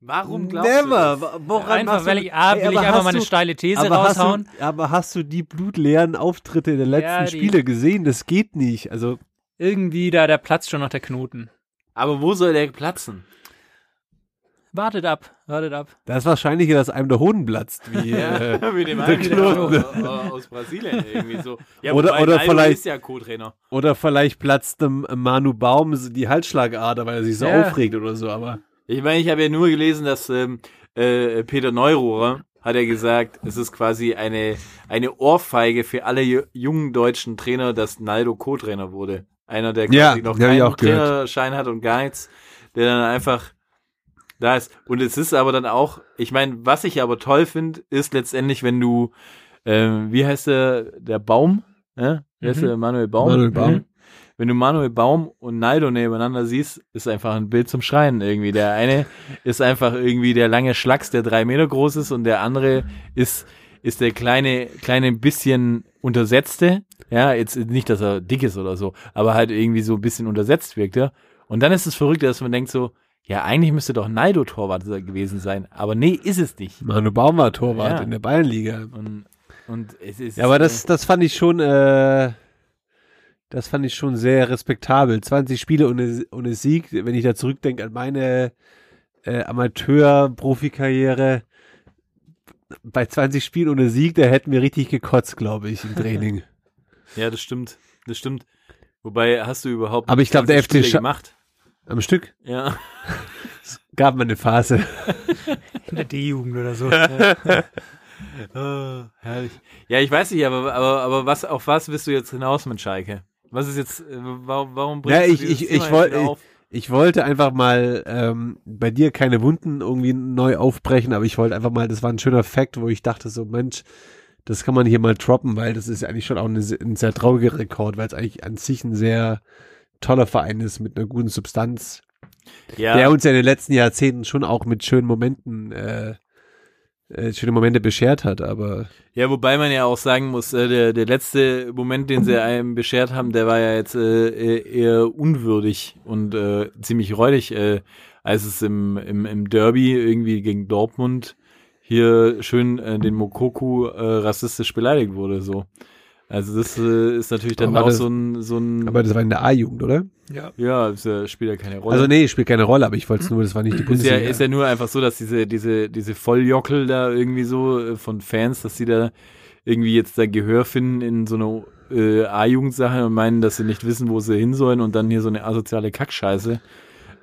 Warum glaubst
Never.
du? das?
Woran
einfach,
machst du-
weil ich, A,
Hey,
will ich
aber
einfach
hast
meine
du-
steile These
aber hast,
raushauen.
du, aber hast du die blutleeren Auftritte der letzten
Ja, die-
Spiele gesehen? Das geht nicht. Also
Irgendwie da, da platzt schon noch der Knoten.
Aber wo soll der platzen?
Wartet ab, wartet ab.
Da ist wahrscheinlicher, dass einem der Hoden platzt.
(laughs)
Wie,
(laughs)
äh,
Wie dem
der
einen
Knoten.
wieder aus, aus Brasilien irgendwie so. Ja,
Oder-
wobei
oder
Nairo
vielleicht-
ist ja Co-Trainer.
Oder vielleicht platzt dem Manu Baum die Halsschlagader, weil er sich so
Ja.
aufregt oder so, aber.
Ich meine, ich habe ja nur gelesen, dass ähm, äh, Peter Neururer hat er gesagt, es ist quasi eine, eine Ohrfeige für alle ju- jungen deutschen Trainer, dass Naldo Co-Trainer wurde. Einer, der quasi
Ja,
noch
ja, hab ich
keinen
auch gehört.
Trainerschein hat und gar nichts, der dann einfach da ist. Und es ist aber dann auch, ich meine, was ich aber toll finde, ist letztendlich, wenn du, ähm, wie heißt der, der Baum? Ja? Wie heißt
Mhm.
der Manuel Baum?
Manuel Baum.
Mhm. Wenn du Manuel Baum und Naldo nebeneinander siehst, ist einfach ein Bild zum Schreien irgendwie. Der eine ist einfach irgendwie der lange Schlacks, der drei Meter groß ist und der andere ist, ist der kleine, kleine bisschen untersetzte. Ja, jetzt nicht, dass er dick ist oder so, aber halt irgendwie so ein bisschen untersetzt wirkt er. Und dann ist es verrückt, dass man denkt so, ja, eigentlich müsste doch Naldo Torwart gewesen sein, aber nee, ist es nicht.
Manu Baum war Torwart
Ja.
in der Bayernliga.
Und, und es ist.
Ja, aber das, das fand ich schon, äh, das fand ich schon sehr respektabel. 20 Spiele ohne, ohne Sieg, wenn ich da zurückdenke an meine äh, Amateur-Profikarriere. Bei 20 Spielen ohne Sieg, da hätten wir richtig gekotzt, glaube ich, im Training.
Ja, das stimmt. Das stimmt. Wobei hast du überhaupt.
Aber ich glaub, der
20
FC
Spiele
scha-
gemacht.
Am Stück (laughs)
Ja.
gab man eine Phase.
In der D-Jugend oder so.
Ah, herrlich. Ja, ich weiß nicht, aber, aber, aber was, auf was willst du jetzt hinaus mit Schalke? Was ist jetzt, äh, warum, warum bringst
Ja,
du
ich-
dieses
ich-
Thema
ich
jetzt
wollt-
wieder
ich-
auf?
Ich wollte einfach mal ähm, bei dir keine Wunden irgendwie neu aufbrechen, aber ich wollte einfach mal, das war ein schöner Fact, wo ich dachte so, Mensch, das kann man hier mal droppen, weil das ist ja eigentlich schon auch eine, se- ein sehr trauriger Rekord, weil es eigentlich an sich ein sehr toller Verein ist mit einer guten Substanz,
Ja,
der uns ja in den letzten Jahrzehnten schon auch mit schönen Momenten, äh, äh, schöne Momente beschert hat, aber
ja, wobei man ja auch sagen muss, äh, der, der letzte Moment, den sie einem beschert haben, der war ja jetzt äh, äh, eher unwürdig und äh, ziemlich räudig, äh, als es im, im, im Derby irgendwie gegen Dortmund hier schön äh, den Mokoku äh, rassistisch beleidigt wurde. so. Also das äh, ist natürlich dann
Aber
auch
das-
so ein, so ein
aber das war in der A-Jugend, oder?
ja, es, äh, spielt ja keine Rolle.
Also nee, spielt keine Rolle, aber ich wollte es nur, das war nicht
Ist
die
ja,
Bundesliga.
ist ja nur einfach so, dass diese, diese, diese Volljockel da irgendwie so äh, von Fans, dass die da irgendwie jetzt da Gehör finden in so einer äh, A-Jugendsache und meinen, dass sie nicht wissen, wo sie hin sollen und dann hier so eine asoziale Kackscheiße.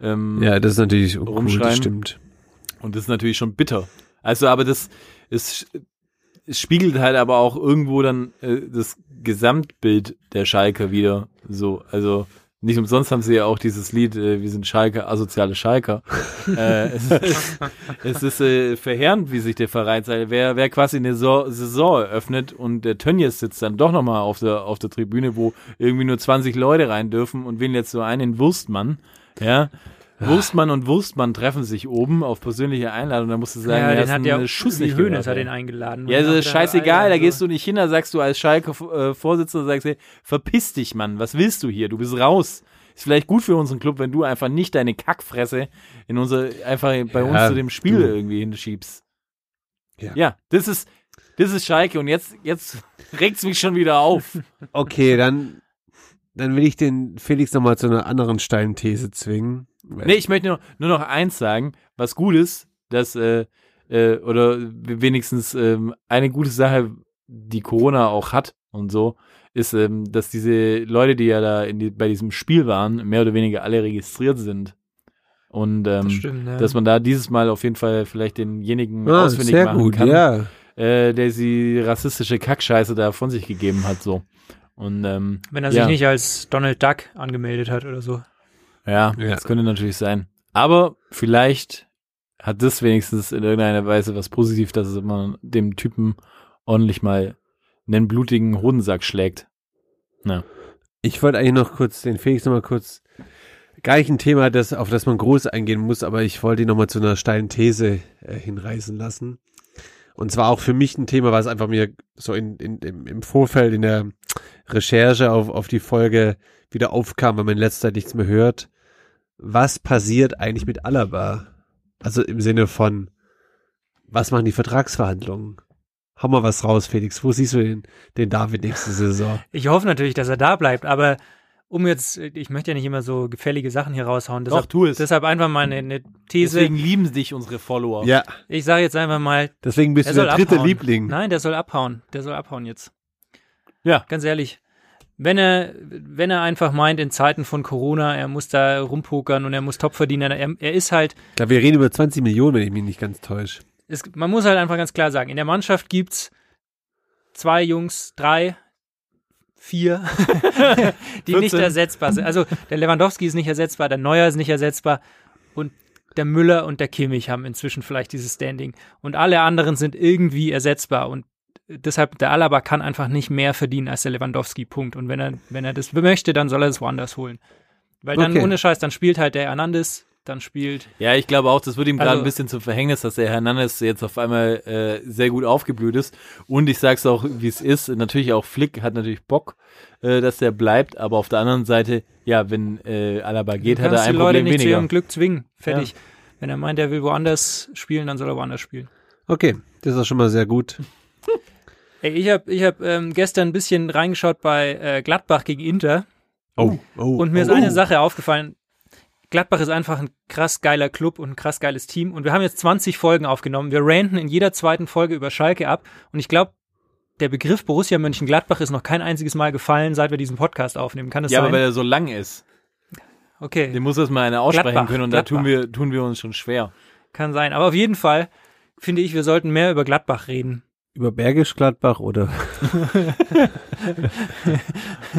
Ähm,
ja, das ist natürlich uncool,
Rumschreien.
das stimmt.
Und das ist natürlich schon bitter. Also, aber das ist, es spiegelt halt aber auch irgendwo dann äh, das Gesamtbild der Schalker wieder. So, also nicht umsonst haben sie ja auch dieses Lied, äh, wir sind Schalker,
(laughs)
asoziale Schalker. äh, es ist, es ist äh, verheerend, wie sich der Verein sei. Wer, wer quasi eine so Saison eröffnet und der Tönnies sitzt dann doch nochmal auf der, auf der Tribüne, wo irgendwie nur 20 Leute rein dürfen und wählen jetzt so einen Wurstmann. Ja. Wurstmann und Wurstmann treffen sich oben auf persönliche Einladung. Da musst du sagen,
ja,
er
den
ist
hat
ein
ja
Schuss
die
nicht
Höhnes
gehört,
hat
ey.
den eingeladen.
Ja, also
Und
ist
hat
scheißegal, da
also-
gehst du nicht hin, da sagst du als Schalke-Vorsitzender, sagst du, verpiss dich, Mann, was willst du hier? Du bist raus. Ist vielleicht gut für unseren Club, wenn du einfach nicht deine Kackfresse in unser, einfach bei uns zu dem Spiel
du.
irgendwie hinschiebst. Ja.
Ja.
das ist, das ist Schalke und jetzt, jetzt (laughs) regt's mich schon wieder auf.
Okay, dann, dann will ich den Felix nochmal zu einer anderen steilen These zwingen.
Äh. Nee, ich möchte nur, nur noch eins sagen, was gut ist, dass, äh, äh, oder wenigstens ähm, eine gute Sache, die Corona auch hat und so, ist, ähm, dass diese Leute, die ja da in die, bei diesem Spiel waren, mehr oder weniger alle registriert sind. Und ähm,
Das stimmt, ne? ja.
dass man da dieses Mal auf jeden Fall vielleicht denjenigen
Ah,
ausfindig
sehr
machen
gut,
kann,
ja.
äh, der sie rassistische Kackscheiße da von sich gegeben hat, so. Und ähm,
Wenn er
ja.
sich nicht als Donald Duck angemeldet hat oder so.
Ja,
Ja.
das könnte natürlich sein. Aber vielleicht hat das wenigstens in irgendeiner Weise was positiv, dass es man dem Typen ordentlich mal einen blutigen Hodensack schlägt.
Ich wollte eigentlich noch kurz den Felix nochmal kurz. Gar nicht ein Thema, das, auf das man groß eingehen muss, aber ich wollte ihn nochmal zu einer steilen These äh, hinreißen lassen. Und zwar auch für mich ein Thema, was einfach mir so in, in, im, im Vorfeld, in der Recherche auf, auf die Folge wieder aufkam, weil man in letzter Zeit nichts mehr hört. Was passiert eigentlich mit Alaba? Also im Sinne von, was machen die Vertragsverhandlungen? Hau mal was raus, Felix. Wo siehst du den, den David nächste Saison?
Ich hoffe natürlich, dass er da bleibt, aber um jetzt, ich möchte ja nicht immer so gefällige Sachen hier raushauen.
Doch,
Deshalb,
tu es.
Deshalb einfach mal eine, eine These.
Deswegen lieben dich unsere Follower.
Ja,
Ich sage jetzt einfach mal,
deswegen bist
er
du
soll
der dritte
abhauen.
Liebling.
Nein, der soll abhauen. Der soll abhauen jetzt.
Ja.
Ganz ehrlich. Wenn er, wenn er einfach meint, in Zeiten von Corona, er muss da rumpokern und er muss top verdienen, er, er ist halt,
Ich glaube, wir reden über 20 Millionen, wenn ich mich nicht ganz täusche.
es, man muss halt einfach ganz klar sagen, in der Mannschaft gibt's zwei Jungs, drei, vier, (laughs) die nicht
14.
ersetzbar sind. Also der Lewandowski ist nicht ersetzbar, der Neuer ist nicht ersetzbar und der Müller und der Kimmich haben inzwischen vielleicht dieses Standing. Und alle anderen sind irgendwie ersetzbar und äh, deshalb, der Alaba kann einfach nicht mehr verdienen als der Lewandowski, Punkt. Und wenn er, wenn er das möchte, dann soll er es woanders holen. Weil dann,
Okay.
ohne Scheiß, dann spielt halt der Hernandez, dann spielt
Ja, ich glaube auch, das wird ihm gerade
Also-
ein bisschen zum Verhängnis, dass der Hernandez jetzt auf einmal äh, sehr gut aufgeblüht ist. Und ich sag's auch, wie es ist. Natürlich auch Flick hat natürlich Bock, äh, dass der bleibt. Aber auf der anderen Seite, ja, wenn äh, Alaba geht,
Du
hat er
kannst
ein
die Leute
Problem
nicht zu
weniger.
ihrem Glück zwingen. Fertig. Wenn er meint, er will woanders spielen, dann soll er woanders spielen.
Okay, das ist auch schon mal sehr gut.
Ey, ich habe ich hab, ähm, gestern ein bisschen reingeschaut bei äh, Gladbach gegen Inter
Oh, oh.
und mir ist
oh.
eine Sache aufgefallen. Gladbach ist einfach ein krass geiler Club und ein krass geiles Team und wir haben jetzt 20 Folgen aufgenommen. Wir ranten in jeder zweiten Folge über Schalke ab und ich glaube, der Begriff Borussia Mönchengladbach ist noch kein einziges Mal gefallen, seit wir diesen Podcast aufnehmen. Kann das
Ja, aber weil
sein?
er so lang ist.
Okay.
Den muss das mal einer aussprechen
Gladbach,
können und da tun wir, tun wir uns schon schwer.
Kann sein. Aber auf jeden Fall finde ich, wir sollten mehr über Gladbach reden.
Über Bergisch Gladbach oder?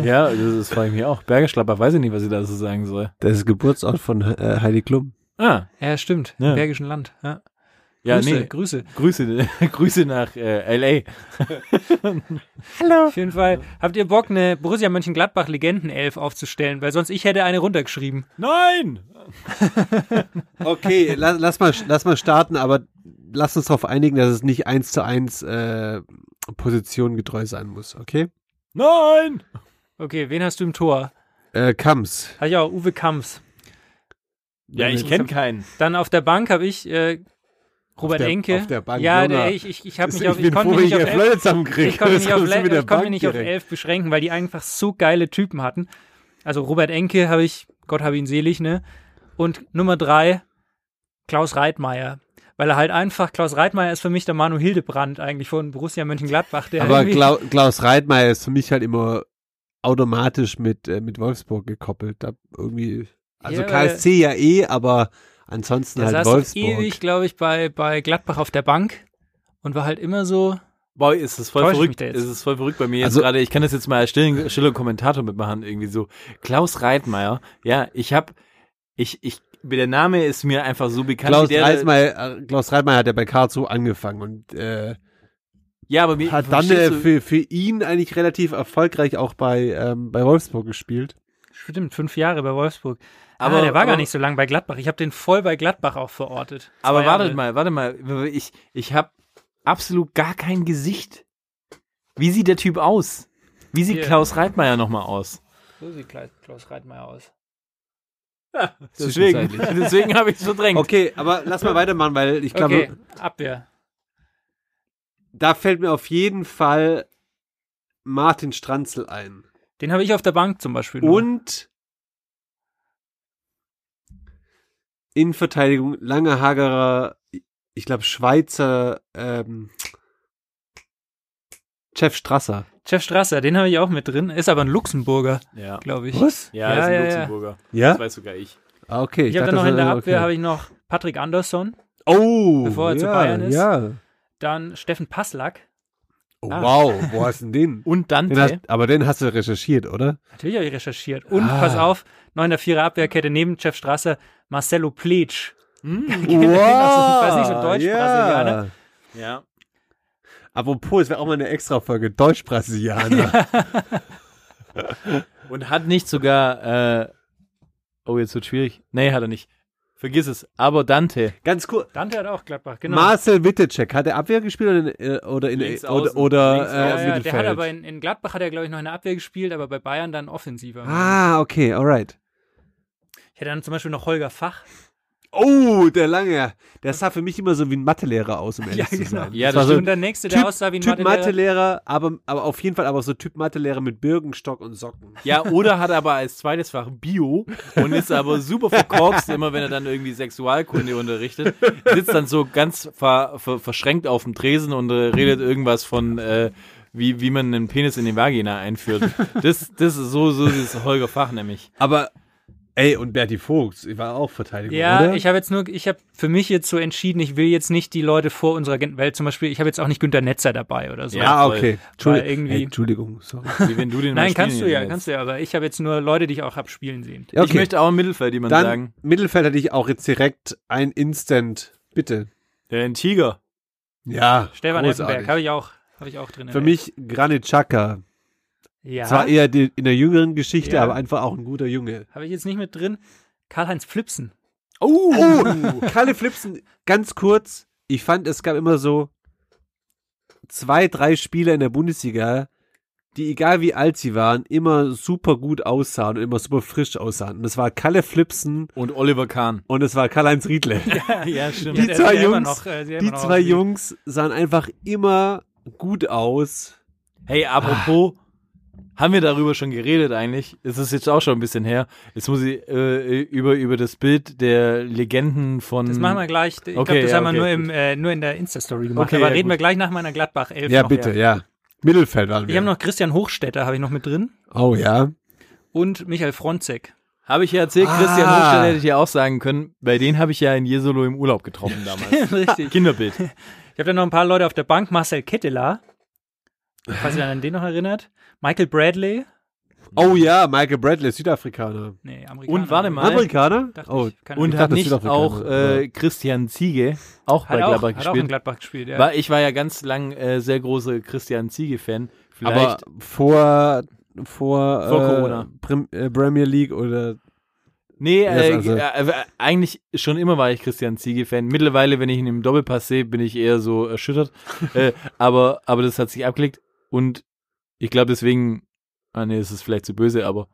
ja, das, das frage ich mich auch. Bergeschlapper weiß ich nicht, was ich dazu sagen soll.
Das ist Geburtsort von äh, Heidi Klum.
Ah,
Ja, stimmt.
Ja.
Im Bergischen Land. Ja.
ja,
Grüße,
nee.
Grüße.
Grüße, (laughs) Grüße nach äh, LA.
Auf jeden Fall. Habt ihr Bock, eine Borussia Mönchengladbach Legendenelf aufzustellen? Weil sonst ich hätte eine runtergeschrieben.
Nein!
Okay, (laughs) lass, lass, mal, lass mal starten, aber lass uns darauf einigen, dass es nicht eins zu eins äh, Position getreu sein muss, okay?
Nein!
Okay, wen hast du im Tor?
Äh, Kams.
Habe ich auch Uwe Kamps.
Ja, ich kenne keinen.
Dann auf der Bank habe ich äh, Robert
der-
Enke.
auf der Bank,
ja,
Junge.
der, ich, ich, ich, hab mich auf, ich
bin
konnte
froh,
mich
wenn
nicht auf
ich
elf,
Leute zusammenkriege. (laughs)
ich konnte
Jetzt
mich auf,
kommst du
le-
mit der
ich konnte mich
Bank
nicht auf
direkt.
elf beschränken, weil die einfach so geile Typen hatten. Also Robert Enke habe ich, Gott habe ihn selig, ne? Und Nummer drei, Klaus Reitmeier. Weil er halt einfach, Klaus Reitmeier ist für mich der Manu Hildebrand eigentlich von Borussia Mönchengladbach. Der
Aber
irgendwie-
Klau Klaus Reitmeier ist für mich halt immer automatisch mit, äh, mit Wolfsburg gekoppelt. Da irgendwie, also
Ja, weil-
KSC ja eh, aber ansonsten
der
halt
saß doch
Wolfsburg.
ewig, glaube ich, bei, bei Gladbach auf der Bank und war halt immer so,
Boah, ist es voll
Täusch ich mich
verrückt.
da jetzt?
Ist es voll verrückt bei mir jetzt
Also-
gerade. Ich kann das jetzt mal als stillen, stiller Kommentator mitmachen, irgendwie so. Klaus Reitmeier, ja, ich hab, ich, ich, der Name ist mir einfach so bekannt.
Klaus
wie der,
Reitmeier, äh, Klaus Reitmeier hat ja bei Karlsruhe angefangen und äh,
ja, aber mir,
hat dann
verstehst
äh,
du-
für, für ihn eigentlich relativ erfolgreich auch bei, ähm, bei Wolfsburg gespielt.
stimmt, fünf Jahre bei Wolfsburg. Aber
Aber-
ah, der war
aber-
gar nicht so lang bei Gladbach. Ich habe den voll bei Gladbach auch verortet. Zwei
aber wartet
Jahre.
mal, wartet mal. Ich, ich hab absolut gar kein Gesicht. Wie sieht der Typ aus? Wie sieht
Hier.
Klaus Reitmeier nochmal aus?
So sieht Klaus- Klaus Reitmeier (laughs) aus.
(laughs) Deswegen, (laughs) deswegen habe ich es verdrängt.
Okay, aber lass mal weitermachen, weil ich glaube,
Okay, Abwehr.
da fällt mir auf jeden Fall Martin Stranzel ein.
Den habe ich auf der Bank zum Beispiel.
Genau.
nur.
Und Innenverteidigung, lange hagerer, ich glaube Schweizer ähm, Jeff Strasser.
Jeff Strasser, den habe ich auch mit drin. Ist aber ein Luxemburger,
Ja,
glaube ich.
Was?
ja,
Ja,
ist ein
ja, ja.
Luxemburger.
Ja?
Das weiß sogar ich.
Ah, okay.
Ich habe dann noch in der Abwehr habe
okay.
ich noch Patrick Andersson,
Oh,
bevor er
ja,
zu Bayern ist. Ah.
Ja.
dann Steffen Passlack.
Oh,
Ah.
Wow, wo hast du denn den?
Und dann
den hast, aber den hast du
(laughs)
recherchiert, oder?
Natürlich habe ich recherchiert. Und
Ah.
pass auf, 9er Vierer Abwehrkette neben Jeff Strasser, Marcelo Pleitsch.
Wow,
weiß nicht, so Deutsch-Brasilianer.
Ja.
Apropos, es wäre auch mal eine
(laughs)
Extra-Folge Deutsch-Brasilianer.
Und hat nicht sogar, äh, oh, jetzt wird schwierig. Nee, hat er nicht. Vergiss es. Aber Dante.
Ganz cool.
Dante hat auch Gladbach, genau.
Marcel Wittecek, hat er Abwehr gespielt oder in, äh, oder, in,
Links
oder,
außen.
oder
Links
äh,
außen.
ja, ja, der
Mittelfeld?
hat aber in, in Gladbach hat er, glaube ich, noch in der Abwehr gespielt, aber bei Bayern dann offensiver.
ah, okay, alright.
Ich hätte dann zum Beispiel noch Holger Fach.
Oh, der lange. Der sah für mich immer so wie ein Mathelehrer aus, um ehrlich
Ja,
zu
genau.
sein.
Ja,
war
das
so
Und der nächste, der
Typ,
aussah wie ein
typ
Mathelehrer.
Mathelehrer, aber, aber auf jeden Fall aber so Typ Mathelehrer mit Birkenstock und Socken.
Ja, oder hat aber als zweites Fach Bio und ist aber super verkorkst, immer wenn er dann irgendwie Sexualkunde unterrichtet, sitzt dann so ganz ver, ver, verschränkt auf dem Tresen und äh, redet irgendwas von, äh, wie, wie man einen Penis in die Vagina einführt. Das, das ist so, so dieses Holger Fach nämlich.
Aber, ey, und Berti Vogt war auch Verteidigung,
Ja,
oder?
ich habe jetzt nur, ich habe für mich jetzt so entschieden, ich will jetzt nicht die Leute vor unserer Gen- Welt, zum Beispiel, ich habe jetzt auch nicht Günter Netzer dabei oder so.
ah,
voll.
okay.
Weil
Entschuldigung.
irgendwie-
Ey, Entschuldigung, sorry.
Wie wenn du den mal
Nein,
spielen
kannst du ja,
lässt.
kannst du ja, aber ich habe jetzt nur Leute, die ich auch hab spielen sehen.
Ja,
Ich möchte auch im Mittelfeld jemanden
Dann
sagen.
Mittelfeld hätte ich auch jetzt direkt ein Instant. Bitte.
Der ein Tiger.
Ja.
Stefan
großartig.
Effenberg habe ich auch, habe ich auch drin.
Für mich Granit Xhaka.
ja,
Zwar eher die, in der jüngeren Geschichte,
Ja.
aber einfach auch ein guter Junge.
habe ich jetzt nicht mit drin. Karl-Heinz Flipsen.
Oh! oh. (laughs) Kalle Flipsen, ganz kurz. Ich fand, es gab immer so zwei, drei Spieler in der Bundesliga, die, egal wie alt sie waren, immer super gut aussahen und immer super frisch aussahen. Und es war Kalle Flipsen
Und Oliver Kahn.
und es war Karl-Heinz Riedle.
(laughs) Ja, stimmt.
Die
der
zwei
ist ja immer
Jungs,
noch, äh, der
Die
immer noch
zwei
ausgeht.
Jungs sahen einfach immer gut aus.
Hey, apropos,
Ah.
haben wir darüber schon geredet eigentlich? Es ist jetzt auch schon ein bisschen her. Jetzt muss ich äh, über, über das Bild der Legenden von.
Das machen wir gleich. Ich glaube,
Okay,
das
ja,
haben wir
okay,
nur, im, äh, nur in der Insta-Story gemacht.
Okay,
aber
ja,
reden wir
gut.
gleich nach meiner Gladbach 11 noch.
ja. Mittelfeld waren
Ich habe noch Christian Hochstädter habe ich noch mit drin
Oh ja.
und Michael
(laughs)
Fronzek.
Habe ich ja erzählt, Christian
Ah.
Hochstedt hätte ich ja auch sagen können, bei denen habe ich ja in Jesolo im Urlaub getroffen damals.
Richtig. (laughs)
Kinderbild.
Ich habe dann noch ein paar Leute auf der Bank. Marcel Ketteler, falls ihr an den noch erinnert. Michael Bradley.
Oh ja, Michael Bradley, Südafrikaner.
Nee, Amerikaner.
Und warte mal.
Amerikaner?
Dachte
Oh,
ich, keine
Und
Ahnung.
hat
dachte,
nicht
Südafrika,
auch äh, Christian Ziege auch bei
hat, auch,
Gladbach
hat auch in
gespielt?
Gladbach gespielt, ja.
War, ich war ja ganz lang äh, sehr großer Christian Ziege-Fan.
aber
Vielleicht
vor vor,
Vor
äh,
Corona.
Prim, äh, Premier League oder
Nee,
Ja, das
äh,
also-
äh, äh, eigentlich schon immer war ich Christian Ziege-Fan. Mittlerweile, wenn ich ihn im Doppelpass sehe, bin ich eher so
(laughs)
erschüttert. äh, aber, aber das hat sich abgelegt und ich glaube deswegen, ah nee, es ist vielleicht zu böse, aber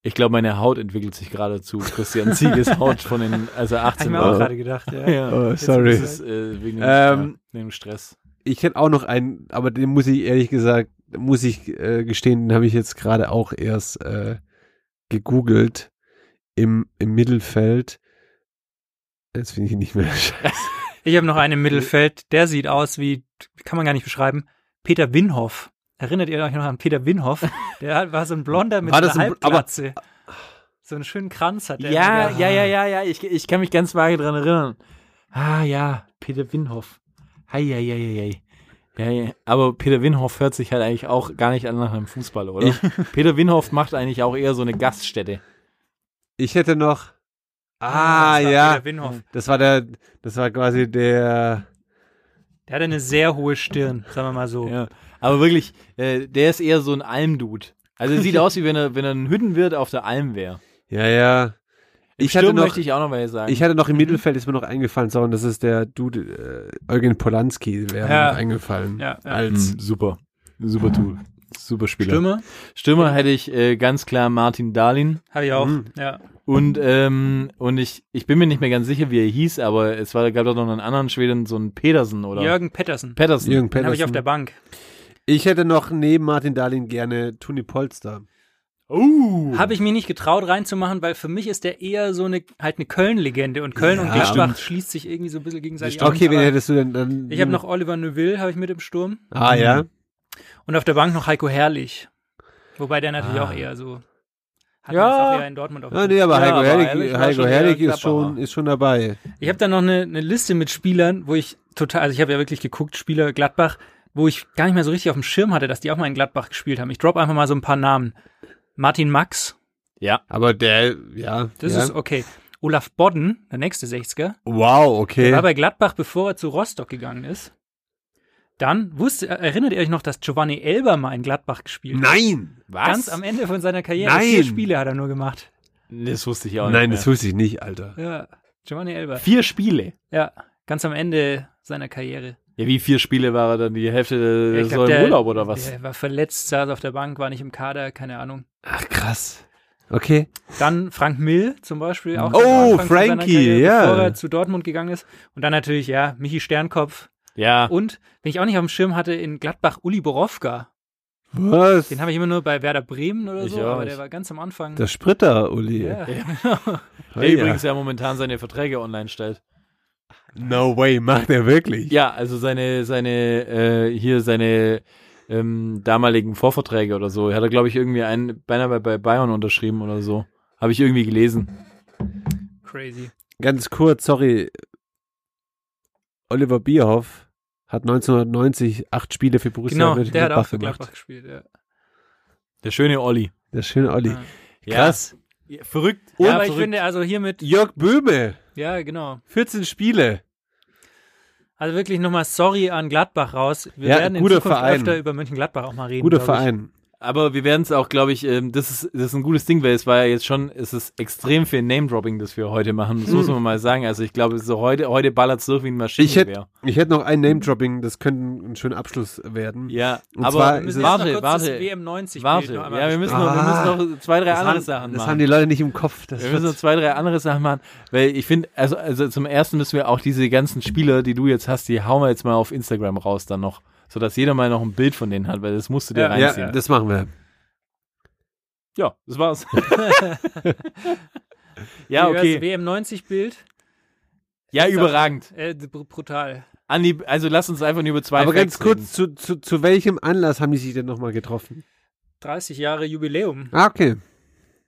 ich glaube, meine Haut entwickelt sich gerade zu
(laughs)
Christian Zieges Haut von den, also
Hab ich
18
mir auch
Jahren.
gerade gedacht, (laughs) ja.
Ja.
oh,
Das
sorry.
ist äh, wegen dem,
Ähm,
ja, wegen dem Stress.
Ich hätte auch noch einen, aber den muss ich ehrlich gesagt, muss ich äh, gestehen, den habe ich jetzt gerade auch erst äh, gegoogelt im, im Mittelfeld. Jetzt finde ich ihn nicht mehr. (laughs)
Ich habe noch einen im Mittelfeld, der sieht aus wie, kann man gar nicht beschreiben, Peter Winhoff. Erinnert ihr euch noch an Peter Winhoff? Der hat- war so ein Blonder mit
War
so
das
einer
ein Bl- aber-
Halbglatze. So einen schönen Kranz hat er.
Ja,
immer
ja,
gehabt.
ja, ja, ja, ich, ich kann mich ganz vage dran erinnern. Ah ja, Peter Winhoff. Hei, hei, hei, hei, hei. Ja, ja. Aber Peter Winhoff hört sich halt eigentlich auch gar nicht an nach einem Fußballer, oder?
(laughs)
Peter Winhoff macht eigentlich auch eher so eine Gaststätte.
Ich hätte noch.
Ah,
Ah,
das war
ja.
Peter Winhoff.
Das war der, das war quasi der.
Der hatte eine sehr hohe Stirn, sagen wir mal so.
Ja. Aber wirklich, äh, der ist eher so ein Almdude. Also er sieht
(laughs)
aus, wie wenn er, wenn er ein Hüttenwirt auf der Alm wäre.
Ja, ja. Ich hatte,
Stimmt,
noch,
möchte ich auch noch mal sagen.
ich hatte noch im Mittelfeld, ist mir noch eingefallen, sorry, das ist der Dude, äh, Eugen Polanski, wäre
Ja.
mir noch eingefallen.
Ja, ja.
Als
Hm, super. Super Tool. Super Spieler. Stürmer,
Stimme
Stürmer hätte ich äh, ganz klar Martin Dahlin.
habe ich auch.
Mhm.
Ja.
Und, ähm, und ich, ich bin mir nicht mehr ganz sicher, wie er hieß, aber es war, gab doch noch einen anderen Schweden, so einen Pedersen oder
Jürgen Pettersen.
Pedersen.
Jürgen
Den
Pedersen.
habe ich auf der Bank.
Ich hätte noch neben Martin Dahlin gerne Toni Polster. Hm.
Habe ich mich nicht getraut reinzumachen, weil für mich ist der eher so eine halt eine Köln-Legende und Köln und
Ja,
Gladbach schließt sich irgendwie so ein bisschen gegenseitig aus.
Okay, wen hättest du denn dann?
Ich habe noch Oliver Neuville, habe ich mit im Sturm.
Ah, ja.
Und auf der Bank noch Heiko Herrlich. Wobei der natürlich auch eher so. Hat ja.
Ja.
das auch eher in Dortmund auf
Ah, nee, aber
Ja,
Heiko
aber
Herrlich,
Herrlich war
Heiko
schon
Herrlich
eher
ist, schon,
knapperer.
ist schon dabei.
Ich habe da noch eine, eine Liste mit Spielern, wo ich total, also ich habe ja wirklich geguckt, Spieler Gladbach, wo ich gar nicht mehr so richtig auf dem Schirm hatte, dass die auch mal in Gladbach gespielt haben. Ich drop einfach mal so ein paar Namen. Martin Max,
Aber der, ja.
das
ja.
ist okay. Olaf Bodden, der nächste 60er,
wow, okay.
war bei Gladbach, bevor er zu Rostock gegangen ist. Dann wusste, erinnert ihr euch noch, dass Giovanni Elber mal in Gladbach gespielt hat?
Nein!
Was?
Ganz am Ende von seiner Karriere.
Nein.
Vier Spiele hat er nur gemacht.
das wusste ich auch
Nein,
nicht.
das wusste ich nicht, Alter.
Ja, Giovanni Elber.
vier Spiele.
Ja, ganz am Ende seiner Karriere.
Ja, wie vier Spiele war er dann? Die Hälfte
Ja,
der
ich glaub,
Saison im
der-
Urlaub oder was?
Der war verletzt, saß auf der Bank, war nicht im Kader, keine Ahnung.
Ach, krass. Okay.
Dann Frank Mill zum Beispiel auch.
Oh,
am Anfang seiner
Frankie,
Karriere,
ja.
Bevor er zu Dortmund gegangen ist. Und dann natürlich, ja, Michi Sternkopf.
Ah. Oh,
Ja.
Und, wenn ich auch nicht auf dem Schirm hatte, in Gladbach Uli Borowka.
Was?
Den habe ich immer nur bei Werder Bremen oder
Ich
so,
auch
aber
nicht.
der war ganz am Anfang.
Der Spritter, Uli.
ja.
Der übrigens ja momentan seine Verträge online stellt.
No way, macht er wirklich.
Ja, also seine, seine, äh, hier seine ähm, damaligen Vorverträge oder so. Hat er, glaube ich, irgendwie einen beinahe bei- bei Bayern unterschrieben oder so. Habe ich irgendwie gelesen.
Crazy.
Ganz kurz, sorry. Oliver Bierhoff hat 1990 acht Spiele für Borussia
Genau, der hat auch
Mönchengladbach
für
gemacht.
Gladbach gespielt. Ja.
Der schöne Olli.
Der schöne Olli.
Ja.
Krass.
Ja, verrückt.
Ja,
Ja,
aber ich
verrückt.
finde also hiermit,
Jörg Böhme,
ja genau.
14 Spiele.
Also wirklich nochmal sorry an Gladbach raus. Wir
Ja,
werden in
guter
Zukunft
Verein.
öfter über Mönchengladbach auch mal reden.
Guter
glaub ich.
Verein.
Aber wir werden es auch, glaube ich, ähm, das, ist, das ist ein gutes Ding, weil es war ja jetzt schon, es ist extrem viel Name-Dropping, das wir heute machen.
Hm.
Das muss man mal sagen. Also ich glaube, so heute, heute ballert es durch wie ein
Ich hätte,
Maschinengewehr.
ich hätte noch ein Name-Dropping, das könnte ein schöner Abschluss werden.
Ja,
Und
aber
zwar
Wir müssen jetzt noch
warte,
kurz das
warte,
WM90
warte.
Bild noch einmal
Ja, wir müssen, noch,
Ah,
wir müssen noch zwei, drei
das
andere
haben,
Sachen
das
machen.
haben die Leute nicht im Kopf. Das
Wir müssen noch
wird,
zwei, drei andere Sachen machen, weil ich finde, also, also zum ersten müssen wir auch diese ganzen Spieler, die du jetzt hast, die hauen wir jetzt mal auf Instagram raus dann noch, sodass jeder mal noch ein Bild von denen hat, weil das musst du dir
Ja,
reinziehen.
ja, das machen wir.
Ja, das
(laughs)
war's. (laughs) ja,
Jeweils
okay.
WM90 Bild.
Ja, überragend.
Äh, br- brutal.
Andi, also lass uns einfach nur über zwei
Aber ganz
Facts reden.
kurz, zu, zu, zu welchem Anlass haben die sich denn nochmal getroffen?
30 Jahre Jubiläum.
Ah, okay.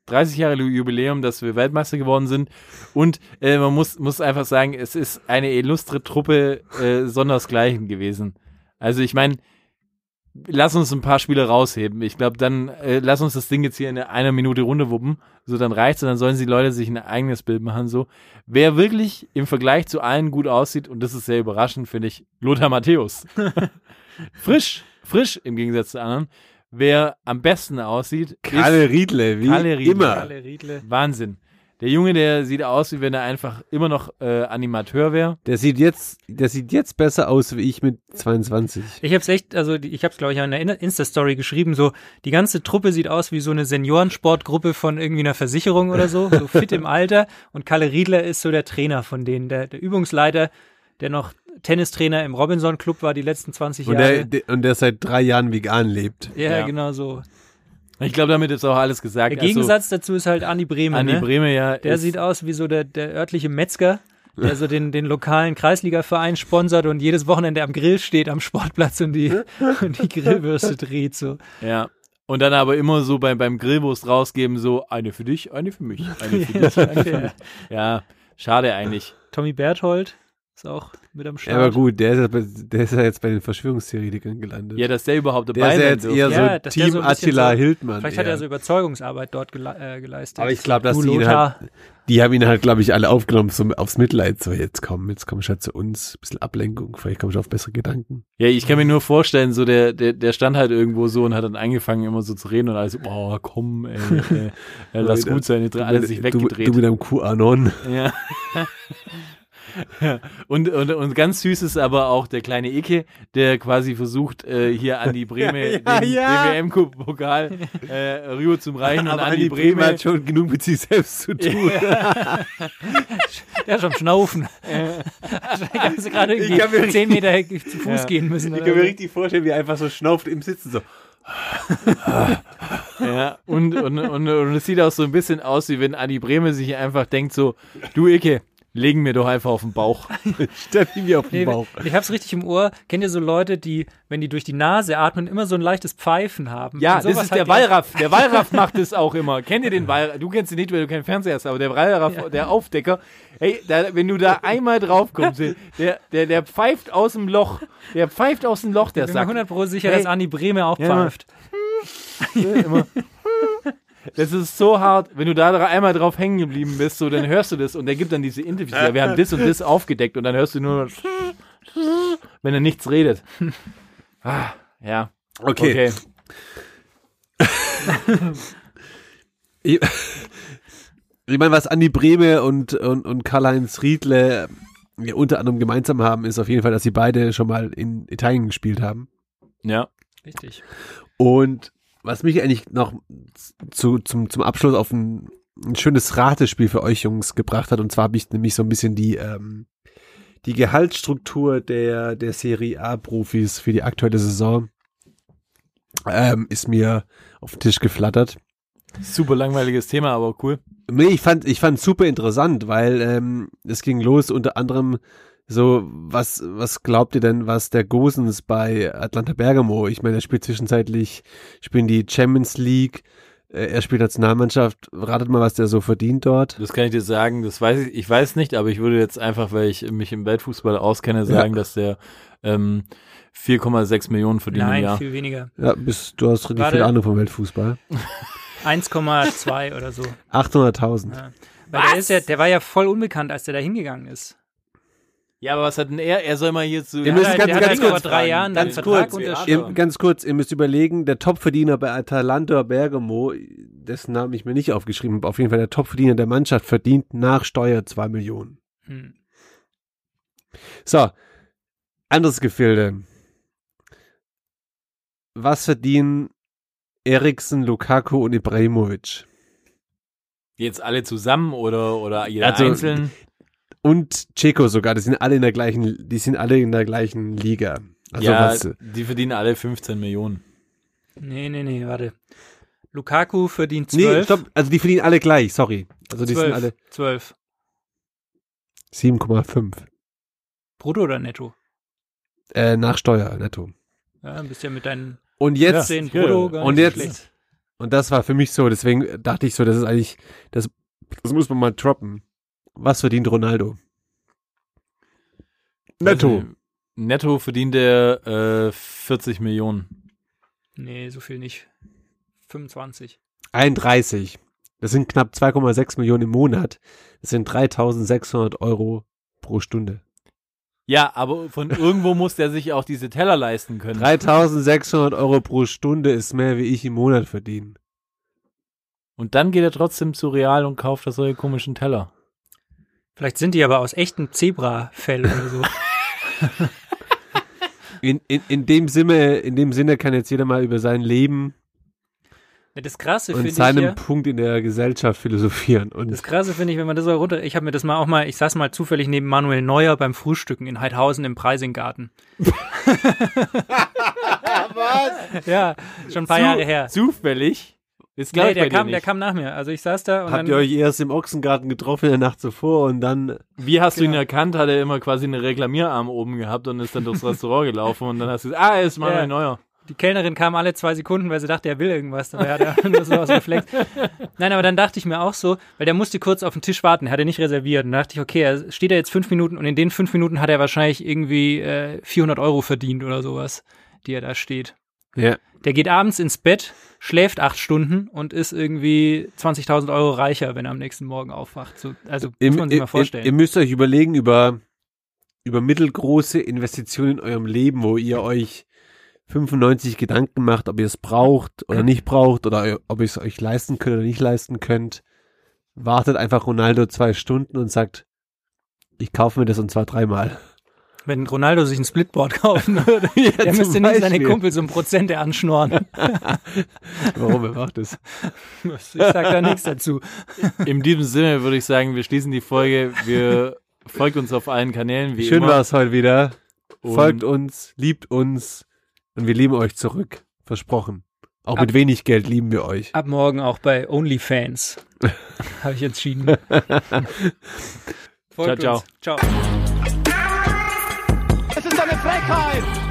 30 Jahre Jubiläum, dass wir Weltmeister geworden sind. Und äh, man muss, muss einfach sagen, es ist eine illustre Truppe äh, sondersgleichen gewesen. Also ich meine, lass uns ein paar Spiele rausheben. Ich glaube, dann äh, lass uns das Ding jetzt hier in einer Minute Runde wuppen. So, dann reicht's und dann sollen die Leute sich ein eigenes Bild machen. So, wer wirklich im Vergleich zu allen gut aussieht, und das ist sehr überraschend, finde ich, Lothar Matthäus. frisch, frisch im Gegensatz zu anderen. Wer am besten aussieht, ist
Kalle Riedle, wie
Kalle Riedle.
immer.
Alle Riedle.
Wahnsinn. Der Junge, der sieht aus, wie wenn er einfach immer noch äh, Animateur wäre.
Der sieht jetzt, der sieht jetzt besser aus wie ich mit 22.
Ich hab's echt, also die- ich hab's glaube ich auch in der In- Insta-Story geschrieben, so die ganze Truppe sieht aus wie so eine Seniorensportgruppe von irgendwie einer Versicherung oder so, so fit im Alter und Kalle Riedler ist so der Trainer von denen, der, der Übungsleiter, der noch Tennistrainer im Robinson-Club war die letzten 20
Und der,
Jahre.
der, und der seit drei Jahren vegan lebt.
ja,
Ja.
genau so.
Ich glaube, damit ist auch alles gesagt.
Der Gegensatz dazu ist halt Andi Bremen.
also, Andi
ne?
Breme, ja.
Der
ist,
sieht aus wie so der, der örtliche Metzger, der so den, den lokalen Kreisligaverein sponsert und jedes Wochenende am Grill steht, am Sportplatz und die, und die Grillwürste dreht. So.
Ja. Und dann aber immer so beim, beim Grillwurst rausgeben, so eine für dich, eine für mich.
(laughs)
Eine für dich, eine für mich. Ja, schade eigentlich.
Tommy Berthold ist auch mit am
Ja,
Start.
aber gut, der ist ja, bei- der ist ja jetzt bei den Verschwörungstheoretikern gelandet.
Ja, dass der überhaupt
der
dabei
ist ja
sein
jetzt
durfte.
eher
Ja, dass
so
der
Team
so ein bisschen
Attila
so-
Hiltmann.
Vielleicht
eher.
hat er so Überzeugungsarbeit dort gele äh, geleistet.
Aber ich glaube, dass
Du,
die ihn
Lothar,
Die haben ihn halt, glaube ich, alle aufgenommen zum, aufs Mitleid. So, jetzt komm, jetzt komm ich halt zu uns. Bisschen Ablenkung, vielleicht komme ich auf bessere Gedanken.
Ja, ich kann mir nur vorstellen, so der, der, der stand halt irgendwo so und hat dann angefangen, immer so zu reden und alles, so, boah, komm, ey,
(laughs)
ey, ey lass gut sein, die drei- alle sich
du,
weggedreht.
du mit
(laughs)
deinem QAnon.
Ja. ja. Und, und, und ganz süß ist aber auch der kleine Icke, der quasi versucht, äh, hier
(laughs)
Andi Breme
Ja,
den,
ja.
den WM-Pokal äh, rüber zum Reichen und Andi,
Andi
Breme.
hat schon genug mit sich selbst
(laughs)
zu tun.
(laughs) der ist am Schnaufen. da haben sie gerade
Ich kann
irgendwie
mir richtig-
10 Meter zu Fuß gehen müssen.
Ich
oder
kann mir
so.
richtig vorstellen, wie er einfach so schnauft im Sitzen. So,
(laughs) Ja, und, und, und, und es sieht auch so ein bisschen aus, wie wenn Andi Breme sich einfach denkt so, du Icke, legen mir doch einfach auf den
(laughs)
Bauch.
Steffi mir auf den
Nee,
Bauch.
Ich hab's richtig im Ohr. Kennt ihr so Leute, die, wenn die durch die Nase atmen, immer so ein leichtes Pfeifen haben?
Ja,
Und
das
sowas
ist
hat
der
der-
Wallraff.
(laughs)
Der Wallraff macht es auch immer. Kennt ihr den Wallraff? Du kennst ihn nicht, weil du keinen Fernseher hast, aber der Wallraff, der Aufdecker, hey, da, wenn du da einmal drauf kommst, der, der, der pfeift aus dem Loch. Der pfeift aus dem Loch, der
Ich bin mir
Sack.
100 Pro sicher,
Hey.
dass Andi Brehme auch
Ja.
pfeift.
Das ist so hart, wenn du da dra- einmal drauf hängen geblieben bist, so, dann hörst du das und der gibt dann diese Interviews. Ja, wir haben das und das aufgedeckt und dann hörst du nur, wenn er nichts redet. Ah, ja. Okay.
Ich meine, was Andi Breme und, und, und Karl-Heinz Riedle ähm, ja, unter anderem gemeinsam haben, ist auf jeden Fall, dass sie beide schon mal in Italien gespielt haben.
Ja.
Richtig.
Und Was mich eigentlich noch zu, zum, zum Abschluss auf ein, ein schönes Ratespiel für euch Jungs gebracht hat, und zwar habe ich nämlich so ein bisschen die, ähm, die Gehaltsstruktur der, der Serie A-Profis für die aktuelle Saison ähm, ist mir auf den Tisch geflattert.
Super langweiliges Thema, aber cool.
Nee, ich fand ich fand super interessant, weil ähm, es ging los unter anderem so was was glaubt ihr denn, was der Gosens bei Atlanta Bergamo? Ich meine, er spielt zwischenzeitlich spielen die Champions League, äh, er spielt Nationalmannschaft. Ratet mal, was der so verdient dort?
Das kann ich dir sagen, das weiß ich, ich weiß nicht, aber ich würde jetzt einfach, weil ich mich im Weltfußball auskenne, sagen, dass der ähm, 4,6 Millionen verdient im
Nein,
Jahr.
viel weniger.
Ja, bist, du hast richtig
Warte.
viel Ahnung vom Weltfußball.
1,2 oder so.
800.000.
Ja. Weil der, ist ja, der war ja voll unbekannt, als der da hingegangen ist.
Ja, aber was hat denn er? Er soll mal hier zu.
Ihr müsst
hat
ganz-
halt- der
ganz
hat halt
kurz
vor drei
fragen.
Jahren dann
Ganz
Vertrag
kurz,
unterschrieben.
Ihr, ganz kurz, ihr müsst überlegen, der Topverdiener bei Atalanta Bergamo, dessen Namen ich mir nicht aufgeschrieben habe, auf jeden Fall der Topverdiener der Mannschaft verdient nach Steuer 2 Millionen.
Hm.
So, anderes Gefilde. Was verdienen Eriksen, Lukaku und Ibrahimovic?
Jetzt alle zusammen oder, oder jeder
Also,
einzeln?
Und Checo sogar, die sind alle in der gleichen, die sind alle in der gleichen Liga. Also
ja,
was,
die verdienen alle 15 Millionen.
Nee, nee, nee, warte. Lukaku verdient 12.
nee, stopp, also die verdienen alle gleich, sorry. Also die
12,
sind alle
12.
7,5.
Brutto oder netto?
Äh, nach Steuer netto.
Ja, bist ja mit deinen
Und jetzt,
14 Brutto gar nicht
und
so
jetzt,
schlecht.
und das war für mich so, deswegen dachte ich so, das ist eigentlich, das, das muss man mal droppen. Was verdient Ronaldo? Netto.
Also, netto verdient er äh, 40 Millionen.
Nee, so viel nicht. 25.
31. Das sind knapp 2,6 Millionen im Monat. Das sind 3600 Euro pro Stunde.
Ja, aber
(laughs)
von irgendwo muss der sich auch diese Teller leisten können.
3600 Euro pro Stunde ist mehr, wie ich im Monat verdiene.
Und dann geht er trotzdem zu Real und kauft da solche komischen Teller.
Vielleicht sind die aber aus echtem Zebrafell oder
(laughs)
so.
In, in, in dem Sinne, in dem Sinne kann jetzt jeder mal über sein Leben
Ja, Das Krasse finde
und
ich ja,
seinem Punkt in der Gesellschaft philosophieren. Und
Das Krasse finde ich, wenn man das so runter. Ich habe mir das mal auch mal, ich saß mal zufällig neben Manuel Neuer beim Frühstücken in Heidhausen im
(laughs)
Preisinggarten. Was? Ja, schon ein paar Jahre her.
Zufällig. Ist
Nee,
gleich
der
bei
kam,
dir
der
nicht.
kam nach mir. Also ich saß da und
Habt ihr
dann.
euch erst im Ochsengarten getroffen in der Nacht zuvor und dann
Wie hast
genau.
du ihn erkannt? Hat er immer quasi eine Reklamierarm oben gehabt und ist dann durchs Restaurant gelaufen und dann hast du gesagt, ah, er ist Manuel
Ja.
Neuer.
Die Kellnerin kam alle zwei Sekunden, weil sie dachte, er will irgendwas. Dabei hat (laughs) er nur so aus dem Fleck. Nein, aber dann dachte ich mir auch so, weil der musste kurz auf den Tisch warten, er hatte nicht reserviert. Und dann dachte ich, okay, er steht da jetzt fünf Minuten und in den fünf Minuten hat er wahrscheinlich irgendwie äh, 400 Euro verdient oder sowas, die er da steht.
Ja.
Der geht abends ins Bett, schläft acht Stunden und ist irgendwie 20.000 Euro reicher, wenn er am nächsten Morgen aufwacht. So, also muss man sich mal vorstellen.
Ihr müsst euch überlegen über, über mittelgroße Investitionen in eurem Leben, wo ihr euch 95 Gedanken macht, ob ihr es braucht oder nicht braucht oder eu- ob ihr es euch leisten könnt oder nicht leisten könnt. Wartet einfach Ronaldo zwei Stunden und sagt, ich kaufe mir das und
(laughs)
zwar dreimal.
wenn Ronaldo sich ein Splitboard
(laughs)
kaufen würde, der
zum
müsste nicht seine
Beispiel.
Kumpel so ein Prozent
(laughs)
anschnorren.
Warum, wer macht das?
Ich sag da nichts dazu.
In diesem Sinne würde ich sagen, wir schließen die Folge. Wir folgt uns auf allen Kanälen. Wie
Schön
immer.
war es heute wieder.
Und-
Folgt uns, liebt uns und wir lieben euch zurück. Versprochen. Auch mit wenig Geld lieben wir euch.
Ab morgen auch bei
(laughs)
OnlyFans. Habe ich entschieden. Folgt
Ciao, ciao.
Uns. Ciao.
Es ist eine Frechheit.